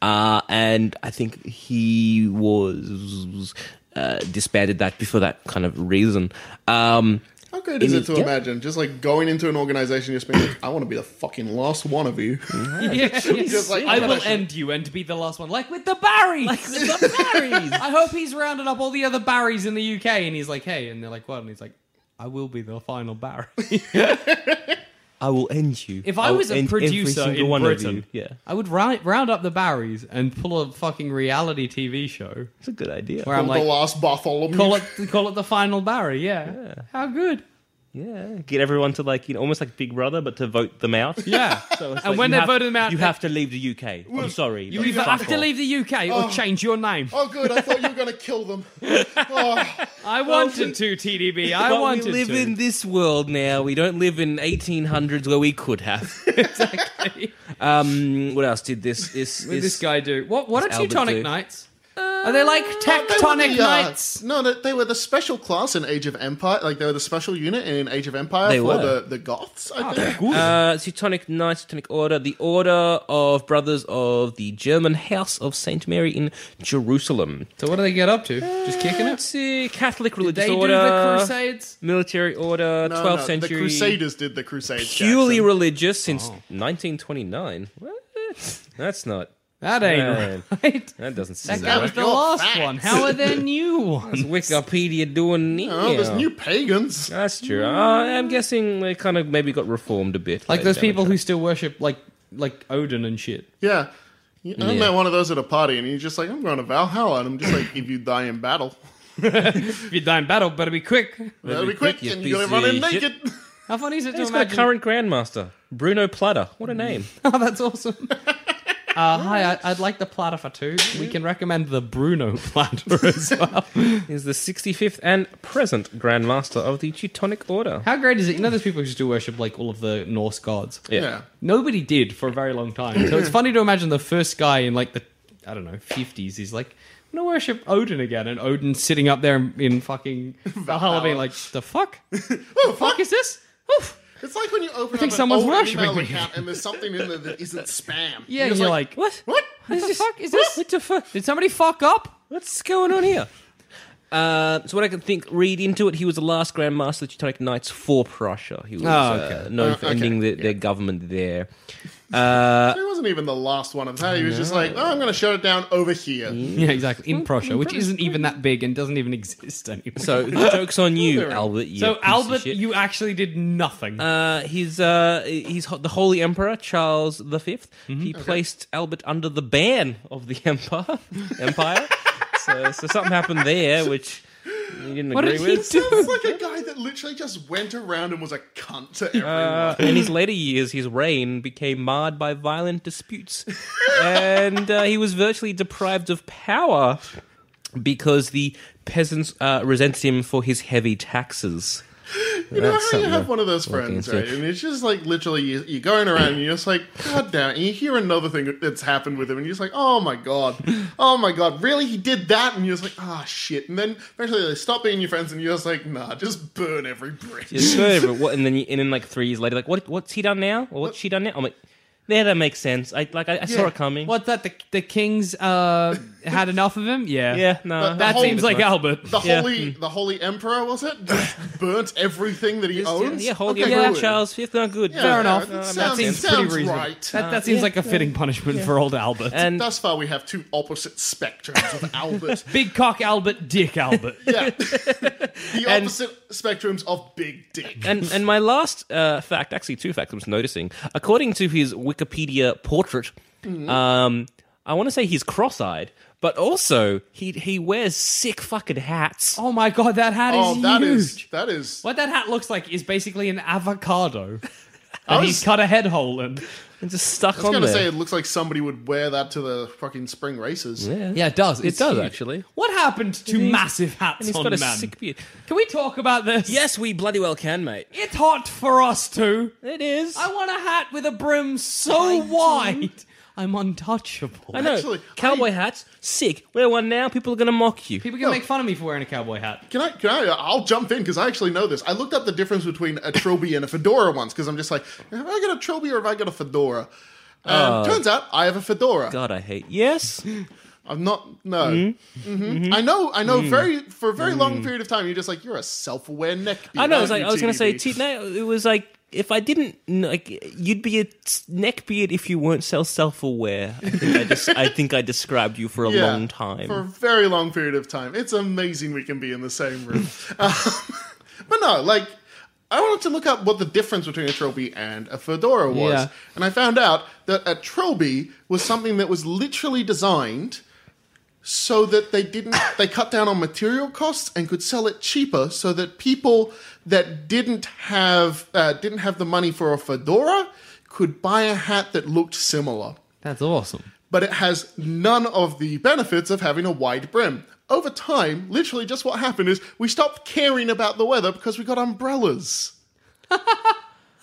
[SPEAKER 5] Uh, and I think he was uh, disbanded that before that kind of reason. Um,
[SPEAKER 3] How good is
[SPEAKER 5] In
[SPEAKER 3] it to
[SPEAKER 5] the- yeah.
[SPEAKER 3] imagine just like going into an organization, just being like, "I want to be the fucking last one of you."
[SPEAKER 5] Mm-hmm.
[SPEAKER 3] Just like-
[SPEAKER 1] I will end you and be the last one. Like with the Barrys. I hope he's rounded up all the other Barrys in the UK and he's like, hey, and they're like, what? And he's like, I will be the final Barry.
[SPEAKER 5] I will end you.
[SPEAKER 1] If I,
[SPEAKER 5] will
[SPEAKER 1] was a
[SPEAKER 5] end every
[SPEAKER 1] producer
[SPEAKER 5] single
[SPEAKER 1] in
[SPEAKER 5] one of
[SPEAKER 1] Britain,
[SPEAKER 5] you. yeah,
[SPEAKER 1] I would round, round up the Barrys and pull a fucking reality TV show
[SPEAKER 5] it's a good idea.
[SPEAKER 1] where I'm
[SPEAKER 3] the
[SPEAKER 1] like,
[SPEAKER 3] last Bartholomew.
[SPEAKER 1] call it, call it the final Barry. Yeah. How good.
[SPEAKER 5] Yeah, get everyone to like, you know, almost like Big Brother, but to vote them out.
[SPEAKER 1] Yeah.
[SPEAKER 5] So it's
[SPEAKER 1] and
[SPEAKER 5] like,
[SPEAKER 1] when
[SPEAKER 5] you
[SPEAKER 1] they
[SPEAKER 5] have-
[SPEAKER 1] voted him out,
[SPEAKER 5] you
[SPEAKER 1] they-
[SPEAKER 5] have to leave the UK. I'm sorry.
[SPEAKER 1] you
[SPEAKER 5] but
[SPEAKER 1] either
[SPEAKER 5] fuck
[SPEAKER 1] have to
[SPEAKER 5] off.
[SPEAKER 1] leave the UK or change your name.
[SPEAKER 3] Oh, good. I thought you were going to kill them. Oh,
[SPEAKER 1] I wanted to, TDB. I
[SPEAKER 5] but
[SPEAKER 1] wanted
[SPEAKER 5] we live
[SPEAKER 1] to.
[SPEAKER 5] in this world now. We don't live in 1800s where we could have. Um, what else did this? This,
[SPEAKER 1] What did
[SPEAKER 5] this
[SPEAKER 1] this guy do? What what
[SPEAKER 5] does
[SPEAKER 1] are
[SPEAKER 5] Albert
[SPEAKER 1] Teutonic
[SPEAKER 5] do?
[SPEAKER 1] Knights? Are they like
[SPEAKER 3] They were
[SPEAKER 1] tectonic
[SPEAKER 3] the, uh,
[SPEAKER 1] knights?
[SPEAKER 3] No, they, they were the special class in Age of Empire. Like they were the special unit in Age of Empire
[SPEAKER 5] They
[SPEAKER 3] for
[SPEAKER 5] were.
[SPEAKER 3] the the Goths. I think.
[SPEAKER 5] Uh, Teutonic Knights, Teutonic Order, the Order of Brothers of the German House of Saint Mary in Jerusalem.
[SPEAKER 1] So what do they get up to? Just kicking it?
[SPEAKER 5] Let's see, Catholic religious
[SPEAKER 1] They do
[SPEAKER 5] order,
[SPEAKER 1] the Crusades.
[SPEAKER 5] military order,
[SPEAKER 3] No,
[SPEAKER 5] 12th
[SPEAKER 3] no,
[SPEAKER 5] century,
[SPEAKER 3] The Crusaders did the Crusades.
[SPEAKER 5] purely
[SPEAKER 3] Jackson.
[SPEAKER 5] religious since 1929. What? That's not.
[SPEAKER 1] That ain't
[SPEAKER 5] Man.
[SPEAKER 1] right.
[SPEAKER 5] That doesn't seem
[SPEAKER 1] That
[SPEAKER 5] right.
[SPEAKER 1] guy was the
[SPEAKER 3] Your
[SPEAKER 1] last
[SPEAKER 3] facts.
[SPEAKER 1] one. How are there new ones?
[SPEAKER 5] Wikipedia doing it.
[SPEAKER 3] Oh, there's new pagans.
[SPEAKER 5] That's true. Uh, I'm guessing they kind of maybe got reformed a bit.
[SPEAKER 1] Like
[SPEAKER 5] later
[SPEAKER 1] those
[SPEAKER 5] down the
[SPEAKER 1] people who
[SPEAKER 5] track.
[SPEAKER 1] still worship like like Odin and shit.
[SPEAKER 3] Yeah. You- I met one of those at a party, and he's just like, "I'm going to Valhalla," and I'm just like, "If you die in battle,
[SPEAKER 1] If you die in battle, better be quick.
[SPEAKER 3] that'll be quick,
[SPEAKER 5] quick, you
[SPEAKER 3] and you're
[SPEAKER 5] piece
[SPEAKER 3] going to run in
[SPEAKER 5] of shit.
[SPEAKER 3] naked."
[SPEAKER 1] How funny is it to
[SPEAKER 5] He's got
[SPEAKER 1] imagine?
[SPEAKER 5] a current grandmaster, Bruno Platter. What a name!
[SPEAKER 1] oh, that's awesome. Uh, hi, I, I'd like the platter for two. We can recommend the Bruno platter as well.
[SPEAKER 5] He's the 65th and present grandmaster of the Teutonic Order.
[SPEAKER 1] How great is it? You know, there's people who still worship like all of the Norse gods.
[SPEAKER 3] yeah.
[SPEAKER 1] Nobody did for a very long time. So it's funny to imagine the first guy in like the I don't know fifties. He's like, I'm gonna worship Odin again, and Odin sitting up there in, in fucking Valhalla, being like, the fuck, the fuck is this? Oof.
[SPEAKER 3] It's like when you open I
[SPEAKER 1] think
[SPEAKER 3] up
[SPEAKER 1] someone's
[SPEAKER 3] an old email
[SPEAKER 1] worshipping me.
[SPEAKER 3] account and there's something in there that isn't spam.
[SPEAKER 1] Yeah,
[SPEAKER 3] just
[SPEAKER 1] you're like,
[SPEAKER 5] What?
[SPEAKER 3] what?
[SPEAKER 1] What the
[SPEAKER 5] this-
[SPEAKER 1] fuck is this?
[SPEAKER 5] What the fuck?
[SPEAKER 1] Did somebody fuck up?
[SPEAKER 5] What's going on here? Uh, so what I can think, read into it, he was the last Grand Master of the Teutonic Knights for Prussia. He was
[SPEAKER 1] Oh, okay.
[SPEAKER 5] uh, known for ending the, their government there.
[SPEAKER 3] He wasn't even the last one of that. He was just like, oh, I'm going to shut it down over here.
[SPEAKER 1] Yeah, exactly. In Prussia, which isn't even that big and doesn't even exist anymore.
[SPEAKER 5] So the joke's on you, Albert. You
[SPEAKER 1] so
[SPEAKER 5] piece of
[SPEAKER 1] Albert,
[SPEAKER 5] shit.
[SPEAKER 1] you actually did nothing.
[SPEAKER 5] Uh, he's uh, he's ho- the Holy Emperor Charles V. He placed Albert under the ban of the empire. empire. so, so something happened there, which he didn't
[SPEAKER 1] What
[SPEAKER 5] agree
[SPEAKER 1] did he
[SPEAKER 5] with.
[SPEAKER 1] do?
[SPEAKER 3] Sounds like a guy that literally just went around and was a cunt to everyone.
[SPEAKER 5] Uh, in his later years, his reign became marred by violent disputes, and uh, he was virtually deprived of power because the peasants uh, resent him for his heavy taxes.
[SPEAKER 3] you know
[SPEAKER 5] that's
[SPEAKER 3] how you
[SPEAKER 5] something
[SPEAKER 3] have one of those friends,
[SPEAKER 5] into.
[SPEAKER 3] right? And it's just like literally you, you're going around and you're just like, God damn it. And you hear another thing that's happened with him and you're just like, oh my God. Oh my God. Really? He did that? And you're just like, ah, shit. And then eventually they stop being your friends and you're just like, nah, just burn every bridge.
[SPEAKER 5] It's over. What, and then you, and then like three years later, like what what's he done now? Or what's she done now? I'm like, yeah, that makes sense. I like I, I saw it coming.
[SPEAKER 1] What's that? The, the kings uh, had enough of him? Yeah.
[SPEAKER 5] Yeah, no.
[SPEAKER 3] But the
[SPEAKER 1] That
[SPEAKER 3] whole-
[SPEAKER 1] seems like Albert.
[SPEAKER 3] The holy,
[SPEAKER 5] Hmm.
[SPEAKER 3] the holy emperor was it? Just burnt everything that he owns.
[SPEAKER 5] yeah, hold
[SPEAKER 3] Okay,
[SPEAKER 5] your
[SPEAKER 3] cool.
[SPEAKER 5] ground, Charles Fifth. No good.
[SPEAKER 3] Yeah,
[SPEAKER 1] Fair enough.
[SPEAKER 3] that sounds,
[SPEAKER 1] that seems
[SPEAKER 3] sounds
[SPEAKER 1] pretty reasonable.
[SPEAKER 3] right.
[SPEAKER 1] That,
[SPEAKER 5] Uh,
[SPEAKER 1] that seems like a fitting punishment for old Albert.
[SPEAKER 5] And
[SPEAKER 3] Thus far, we have two opposite spectrums of Albert.
[SPEAKER 1] Big cock Albert, dick Albert.
[SPEAKER 3] Yeah, the opposite spectrums of big dick.
[SPEAKER 5] and and my last uh, fact, actually two facts, I'm just noticing. According to his Wikipedia portrait, um, I want to say he's cross-eyed, but also he he wears sick fucking hats.
[SPEAKER 1] oh my god, that hat
[SPEAKER 3] Oh,
[SPEAKER 1] is
[SPEAKER 3] that
[SPEAKER 1] huge.
[SPEAKER 3] is that is.
[SPEAKER 1] What that hat looks like is basically an avocado.
[SPEAKER 3] I
[SPEAKER 1] And
[SPEAKER 3] was,
[SPEAKER 1] he's cut a head hole in.
[SPEAKER 5] and just stuck
[SPEAKER 3] I was
[SPEAKER 5] on
[SPEAKER 3] gonna
[SPEAKER 5] there.
[SPEAKER 3] say it looks like somebody would wear that to the fucking spring races.
[SPEAKER 1] Yeah, it does.
[SPEAKER 5] It's does, huge. actually.
[SPEAKER 1] What happened to massive hats
[SPEAKER 5] and he's
[SPEAKER 1] on
[SPEAKER 5] got a
[SPEAKER 1] man?
[SPEAKER 5] sick beard.
[SPEAKER 1] Can we talk about this?
[SPEAKER 5] Yes, we bloody well can, mate.
[SPEAKER 1] It's hot for us too.
[SPEAKER 5] It is.
[SPEAKER 1] I want a hat with a brim so wide. I'm untouchable.
[SPEAKER 5] I know.
[SPEAKER 3] Actually,
[SPEAKER 5] cowboy
[SPEAKER 3] I-
[SPEAKER 5] hats, sick. Wear one now, people are going to mock you.
[SPEAKER 1] People can make fun of me for wearing a cowboy hat.
[SPEAKER 3] Can I? Can I? I'll jump in because I actually know this. I looked up the difference between a trilby and a fedora once because I'm just like, have I got a trilby or have I got a fedora?
[SPEAKER 5] Uh,
[SPEAKER 3] Um, turns out I have a fedora.
[SPEAKER 5] God, I hate. Yes,
[SPEAKER 3] I'm not. No.
[SPEAKER 5] Mm-hmm.
[SPEAKER 3] Mhm. I know. I
[SPEAKER 5] Mm.
[SPEAKER 3] know. Very for a very long period of time, you're just like you're a self-aware neckbeard.
[SPEAKER 5] I know. I
[SPEAKER 3] aren't
[SPEAKER 5] was like,
[SPEAKER 3] you,
[SPEAKER 5] I was going to say,
[SPEAKER 3] TDB?"
[SPEAKER 5] T- no, it was like if I didn't like, you'd be a t- neckbeard if you weren't so self-aware. I think I, des- I, think I described you for a
[SPEAKER 3] Yeah,
[SPEAKER 5] long time.
[SPEAKER 3] for a very long period of time. It's amazing we can be in the same room. um, but no, like I wanted to look up what the difference between a trilby and a fedora was,
[SPEAKER 1] Yeah.
[SPEAKER 3] and I found out that a trilby was something that was literally designed so that they didn't they cut down on material costs and could sell it cheaper so that people that didn't have uh, didn't have the money for a fedora could buy a hat that looked similar
[SPEAKER 1] That's awesome.
[SPEAKER 3] but it has none of the benefits of having a wide brim. Over time, literally just what happened is we stopped caring about the weather because we got umbrellas.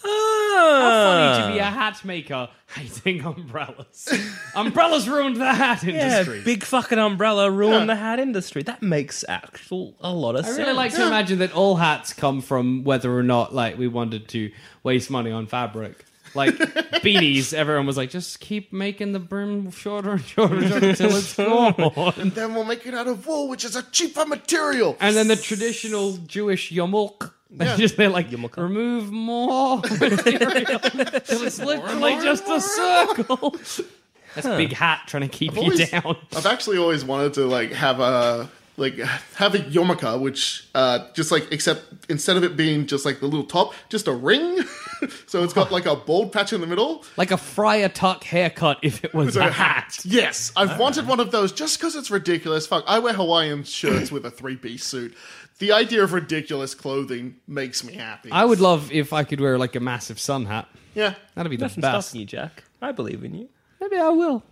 [SPEAKER 5] Ah.
[SPEAKER 1] Funny to be a
[SPEAKER 5] Uh.
[SPEAKER 1] hat maker hating umbrellas. umbrellas ruined the hat
[SPEAKER 5] yeah,
[SPEAKER 1] industry.
[SPEAKER 5] big fucking umbrella ruined
[SPEAKER 3] Yeah.
[SPEAKER 5] the hat industry. That makes actual a lot of
[SPEAKER 1] I
[SPEAKER 5] sense.
[SPEAKER 1] really like to imagine that all hats come from whether or not like we wanted to waste money on fabric. Like beanies, everyone was like, just keep making the brim shorter and shorter and shorter until it's gone.
[SPEAKER 3] Then we'll make it out of wool, which is a cheaper material.
[SPEAKER 1] And then the traditional Jewish yarmulke. They just they're like remove more material till it's literally just a circle. That's a big hat trying to keep you
[SPEAKER 3] always-
[SPEAKER 1] down.
[SPEAKER 3] I've actually always wanted to like have a like have a yarmulke, which uh, just like except instead of it being just like the little top, just a ring. so it's got like a bald patch in the middle.
[SPEAKER 1] Like a friar tuck haircut if it was a hat.
[SPEAKER 3] Yes, I've wanted one of those just because it's ridiculous. Fuck, I wear Hawaiian shirts with a three piece suit. The idea of ridiculous clothing makes me happy.
[SPEAKER 1] I would love if I could wear like a massive sun hat.
[SPEAKER 3] yeah.
[SPEAKER 1] That'd be the
[SPEAKER 5] Nothing
[SPEAKER 1] best.
[SPEAKER 5] stopping you, Jack. I believe in you.
[SPEAKER 1] Maybe I will.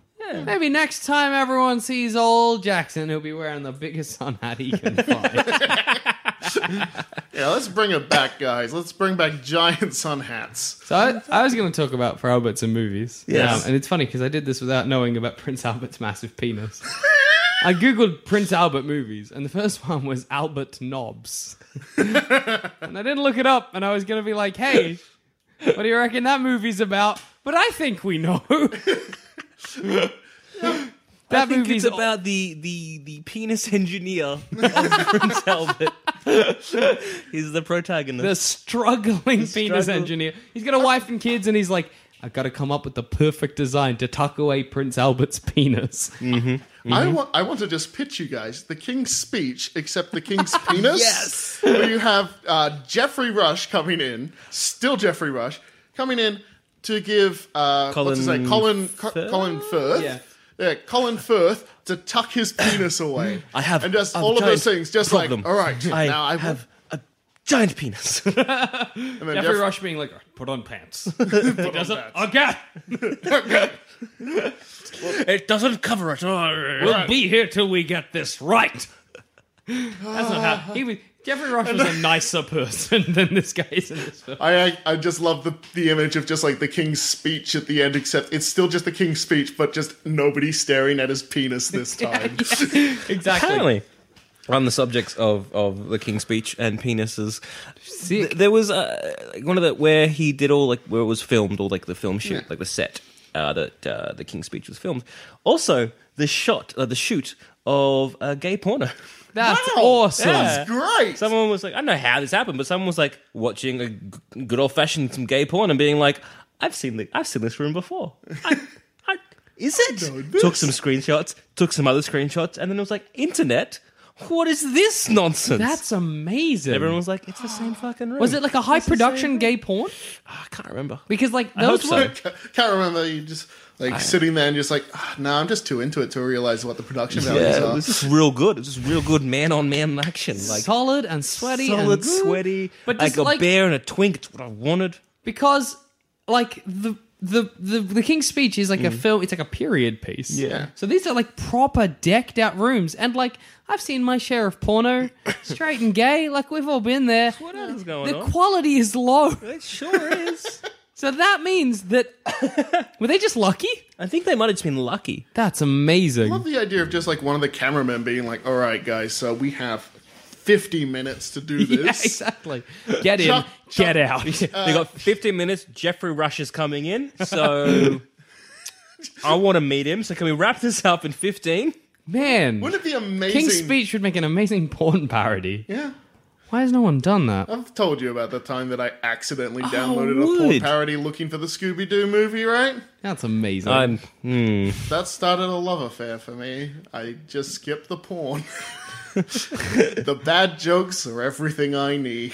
[SPEAKER 1] Maybe next time everyone sees old Jackson, he'll be wearing the biggest sun hat he can find.
[SPEAKER 3] Yeah, let's bring it back, guys. Let's bring back giant sun hats.
[SPEAKER 1] so I, I was going to talk about for Alberts and movies. Um,
[SPEAKER 5] Yes.
[SPEAKER 1] and it's funny because I did this without knowing about Prince Albert's massive penis. I googled Prince Albert movies, and the first one was Albert Nobbs. and I didn't look it up, and I was going to be like, hey, what do you reckon that movie's about? But I think we know.
[SPEAKER 5] I
[SPEAKER 1] That
[SPEAKER 5] think
[SPEAKER 1] movie's
[SPEAKER 5] it's about the the the penis engineer of Prince Albert. He's the protagonist.
[SPEAKER 1] the struggling penis
[SPEAKER 5] struggle-
[SPEAKER 1] engineer. He's got a wife and kids, and he's like, I've got to come up with the perfect design to tuck away Prince Albert's penis.
[SPEAKER 3] I
[SPEAKER 5] Mm-hmm.
[SPEAKER 3] want I want to just pitch you guys the King's speech, except the King's penis.
[SPEAKER 1] Yes.
[SPEAKER 3] where you have uh, Jeffrey Rush coming in, still Jeffrey Rush coming in to give uh, what's his
[SPEAKER 5] Colin
[SPEAKER 3] name, Colin Co-
[SPEAKER 5] Firth?
[SPEAKER 3] Colin Firth.
[SPEAKER 1] Yeah.
[SPEAKER 3] Yeah, Colin Firth to tuck his penis away.
[SPEAKER 5] I have
[SPEAKER 3] and just
[SPEAKER 5] a
[SPEAKER 3] all of
[SPEAKER 5] giant
[SPEAKER 3] those things. Just
[SPEAKER 5] problem.
[SPEAKER 3] like all right,
[SPEAKER 5] I
[SPEAKER 3] now I
[SPEAKER 5] have a giant penis.
[SPEAKER 3] And
[SPEAKER 1] Jeffrey
[SPEAKER 3] then Jeff-
[SPEAKER 1] Rush being like, put on pants. he does it again.
[SPEAKER 5] it doesn't cover it. all.
[SPEAKER 1] We'll be here till we get this right. That's not
[SPEAKER 5] Ah.
[SPEAKER 1] how he was. Jeffrey Rush was a nicer person than this guy is in this film.
[SPEAKER 3] I, I I just love the the image of just like the king's speech at the end, except it's still just the king's speech, but just nobody staring at his penis this time.
[SPEAKER 1] Exactly.
[SPEAKER 5] Apparently. On the subjects of, of the King's Speech and penises, th- there was uh, like one of the where he did all like where it was filmed, all like the film shoot, like the set uh, that uh, the King's Speech was filmed. Also, the shot, uh, the shoot of a gay porno.
[SPEAKER 1] That's
[SPEAKER 3] Wow.
[SPEAKER 1] awesome.
[SPEAKER 5] Yeah.
[SPEAKER 3] Great.
[SPEAKER 5] Someone was like, I don't know how this happened, but someone was like watching a g- good old fashioned some gay porn and being like, I've seen the, I've seen this room before. I, I, is it? Took some screenshots, took some other screenshots, and then it was like, internet, what is this nonsense?
[SPEAKER 1] That's amazing.
[SPEAKER 5] Everyone was like, it's the same fucking room.
[SPEAKER 1] was it like a high production gay porn?
[SPEAKER 5] Ah, I can't remember.
[SPEAKER 1] Because like those
[SPEAKER 5] hope so.
[SPEAKER 1] were
[SPEAKER 3] Ca- can't remember you just like sitting there and just like ah, nah, I'm just too into it to realize what the production values
[SPEAKER 5] Yeah, it
[SPEAKER 3] are.
[SPEAKER 5] was just real good. It was just real good man on man action. Like
[SPEAKER 1] solid and sweaty,
[SPEAKER 5] solid,
[SPEAKER 1] and good.
[SPEAKER 5] sweaty,
[SPEAKER 1] But
[SPEAKER 5] like
[SPEAKER 1] just
[SPEAKER 5] a
[SPEAKER 1] like-
[SPEAKER 5] bear and a twink. It's what I wanted.
[SPEAKER 1] because like the. The, the the King's Speech is like a
[SPEAKER 3] Mm.
[SPEAKER 1] film. It's like a period piece.
[SPEAKER 5] Yeah.
[SPEAKER 1] So these are like proper decked out rooms, and like I've seen my share of porno, straight and gay. Like we've all been there.
[SPEAKER 5] What else is going
[SPEAKER 1] The
[SPEAKER 5] on?
[SPEAKER 1] quality is low.
[SPEAKER 5] it sure is.
[SPEAKER 1] So that means that were they just lucky?
[SPEAKER 5] I think they might have just been lucky.
[SPEAKER 1] That's
[SPEAKER 3] I love
[SPEAKER 1] amazing.
[SPEAKER 3] the idea of just like one of the cameramen being like, "All right, guys, so we have 50 minutes to do
[SPEAKER 1] Yeah,
[SPEAKER 3] this."
[SPEAKER 1] exactly. Get in,
[SPEAKER 3] Chuck-
[SPEAKER 1] get out.
[SPEAKER 5] they got 15 minutes. Jeffrey Rush is coming in, so I want to meet him. So can we wrap this up in 15?
[SPEAKER 1] Man,
[SPEAKER 3] Wouldn't it be amazing?
[SPEAKER 1] King's Speech would make an amazing porn parody.
[SPEAKER 3] Yeah,
[SPEAKER 1] Why has no one done that?
[SPEAKER 3] I've told you about the time that I accidentally downloaded a porn
[SPEAKER 5] Oh, would.
[SPEAKER 3] parody looking for the Scooby Doo movie. Right,
[SPEAKER 1] That's amazing.
[SPEAKER 5] I'm
[SPEAKER 3] that started a love affair for me. I just skipped the porn. the bad jokes are everything I need.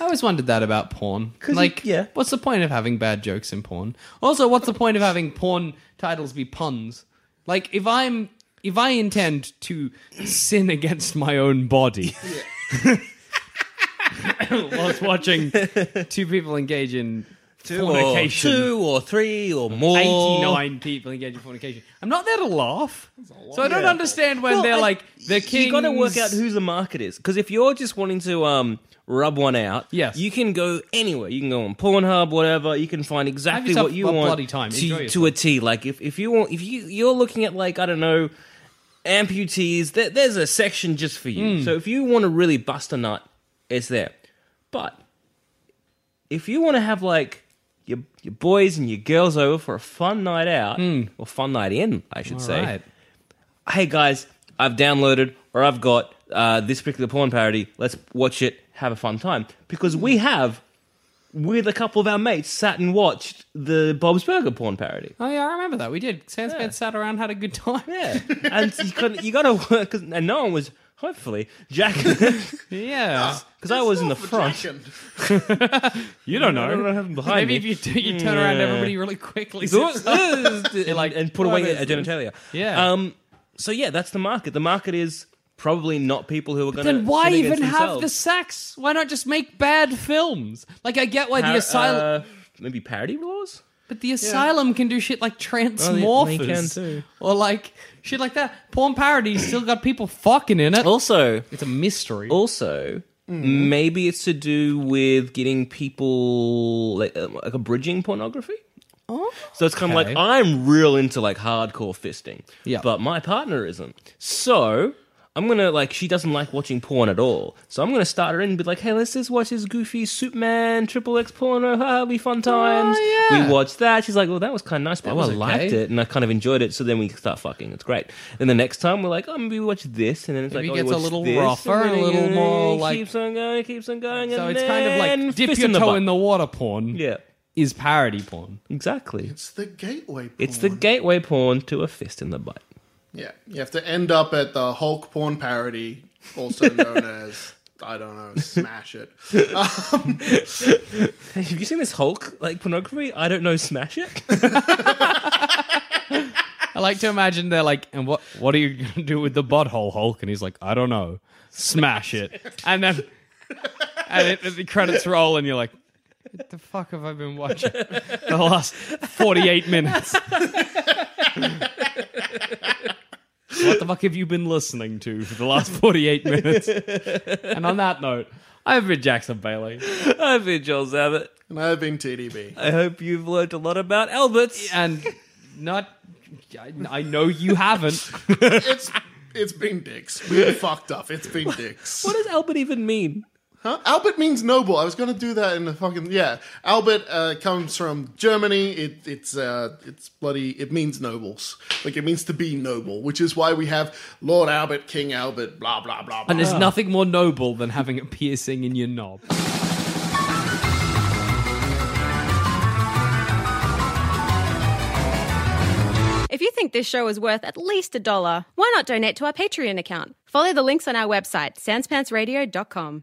[SPEAKER 1] I always wondered that about porn. Like,
[SPEAKER 5] yeah.
[SPEAKER 1] what's the point of having bad jokes in porn? Also, what's the point of having porn titles be puns? Like, if I'm if I intend to sin against my own body, whilst watching two people engage in fornication,
[SPEAKER 5] Or two or three or more.
[SPEAKER 1] 89 people engage in fornication. I'm not there to laugh. So I don't understand when
[SPEAKER 5] Well,
[SPEAKER 1] they're
[SPEAKER 5] I-
[SPEAKER 1] like, the king.
[SPEAKER 5] You got to work out who the market is. Because if you're just wanting to um, rub one out,
[SPEAKER 1] Yes.
[SPEAKER 5] you can go anywhere. You can go on Pornhub, whatever. You can find exactly
[SPEAKER 1] yourself
[SPEAKER 5] what you
[SPEAKER 1] a
[SPEAKER 5] want
[SPEAKER 1] bloody time. Enjoy
[SPEAKER 5] to, to
[SPEAKER 1] yourself.
[SPEAKER 5] a T. Like if, if you want, if you you're looking at like I don't know, amputees. There, there's a section just for you.
[SPEAKER 1] Hmm.
[SPEAKER 5] So if you want to really bust a nut, it's there. But if you want to have like your your boys and your girls over for a fun night out or fun night in, I should say
[SPEAKER 1] Hmm. Right.
[SPEAKER 5] hey guys, I've downloaded or I've got uh, this particular porn parody. Let's watch it, have a fun time. Because we have, with a couple of our mates, sat and watched the Bob's Burger porn parody.
[SPEAKER 1] Oh, yeah, I remember that. We did. Sans Man sat around, had a good time.
[SPEAKER 5] Yeah, and you got you got to work, 'cause- and no one was hopefully Jack, because
[SPEAKER 1] Yeah.
[SPEAKER 5] I was in the front.
[SPEAKER 1] You don't know.
[SPEAKER 5] don't know what happened behind
[SPEAKER 1] Maybe
[SPEAKER 5] me.
[SPEAKER 1] if you do, you turn around everybody really quickly.
[SPEAKER 5] and, like, and put away
[SPEAKER 1] what
[SPEAKER 5] a
[SPEAKER 1] is
[SPEAKER 5] genitalia.
[SPEAKER 1] Yeah.
[SPEAKER 5] Um. So yeah, that's the market. The market is probably not people who are going to.
[SPEAKER 1] then why even have the sex? Why not just make bad films? Like I get why the asylum,
[SPEAKER 5] Uh, maybe parody laws.
[SPEAKER 1] but the asylum can do shit like Transmorphers,
[SPEAKER 5] can too.
[SPEAKER 1] or like shit like that. Porn parodies still got people fucking in it.
[SPEAKER 5] Also,
[SPEAKER 1] It's a mystery.
[SPEAKER 5] also maybe it's to do with getting people like, uh, like abridging pornography
[SPEAKER 1] Oh.
[SPEAKER 5] so it's kind of
[SPEAKER 1] Okay.
[SPEAKER 5] like i'm real into like hardcore fisting
[SPEAKER 1] Yeah.
[SPEAKER 5] but my partner isn't so i'm gonna like she doesn't like watching porn at all so i'm gonna start her in and be like hey let's just watch this goofy superman triple x porno ha, it'll be fun times
[SPEAKER 1] Oh, yeah.
[SPEAKER 5] we watched that she's like well that was kind of nice but
[SPEAKER 1] was
[SPEAKER 5] i liked
[SPEAKER 1] okay.
[SPEAKER 5] it and i kind of enjoyed it so then we start fucking it's great then the next time we're like oh maybe we watch this and then it's
[SPEAKER 1] Maybe
[SPEAKER 5] like
[SPEAKER 1] it
[SPEAKER 5] oh,
[SPEAKER 1] gets
[SPEAKER 5] we
[SPEAKER 1] a
[SPEAKER 5] watched
[SPEAKER 1] little
[SPEAKER 5] this,
[SPEAKER 1] rougher,
[SPEAKER 5] and
[SPEAKER 1] a little
[SPEAKER 5] then it
[SPEAKER 1] more, like-
[SPEAKER 5] keeps on going, keeps on going,
[SPEAKER 1] so
[SPEAKER 5] and
[SPEAKER 1] it's kind of
[SPEAKER 5] then
[SPEAKER 1] like dip
[SPEAKER 5] fist
[SPEAKER 1] your
[SPEAKER 5] in the
[SPEAKER 1] toe
[SPEAKER 5] butt.
[SPEAKER 1] in the water porn.
[SPEAKER 5] yeah.
[SPEAKER 1] is parody porn.
[SPEAKER 2] Exactly.
[SPEAKER 3] It's the gateway. Porn.
[SPEAKER 2] It's the gateway porn to a fist in the butt.
[SPEAKER 3] yeah. You have to end up at the Hulk porn parody, also known as I don't know, smash it.
[SPEAKER 2] Have you seen this Hulk like pornography? I don't know. Smash it.
[SPEAKER 1] I like to imagine they're like, and what what are you gonna do with the butthole Hulk? And he's like, I don't know, smash it, and then and it, the credits roll, and you're like, what the fuck have I been watching the last forty eight minutes? what the fuck have you been listening to for the last forty eight minutes? And on that note, I've been Jackson Bailey.
[SPEAKER 2] I've been Joel Zabbit.
[SPEAKER 3] And I've been TDB.
[SPEAKER 2] I hope you've learned a lot about Alberts.
[SPEAKER 1] and not I, I know you haven't.
[SPEAKER 3] It's it's been dicks. We're fucked up. It's been dicks.
[SPEAKER 2] What does Albert even mean?
[SPEAKER 3] Huh? Albert means noble. I was going to do that in the fucking yeah. Albert uh, comes from Germany. It, it's uh, it's bloody. It means nobles. Like it means to be noble, which is why we have Lord Albert, King Albert, blah blah blah. blah.
[SPEAKER 1] And
[SPEAKER 5] Ah.
[SPEAKER 1] there's nothing more noble than having a piercing in your knob.
[SPEAKER 6] If you think this show is worth at least a dollar, why not donate to our Patreon account? Follow the links on our website, sanspantsradio.com.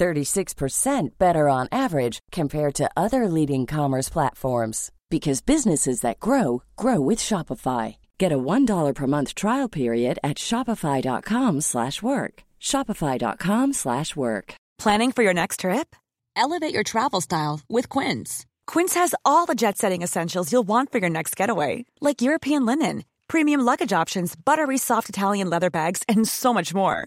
[SPEAKER 7] 36% better on average compared to other leading commerce platforms because businesses that grow grow with Shopify. Get a $1 per month trial period at shopify.com/work. slash work. shopify.com/work. slash work.
[SPEAKER 5] Planning for your next trip? Elevate your travel style with Quince. Quince has all the jet setting essentials you'll want for your next getaway, like European linen, premium luggage options, buttery soft Italian leather bags, and so much more.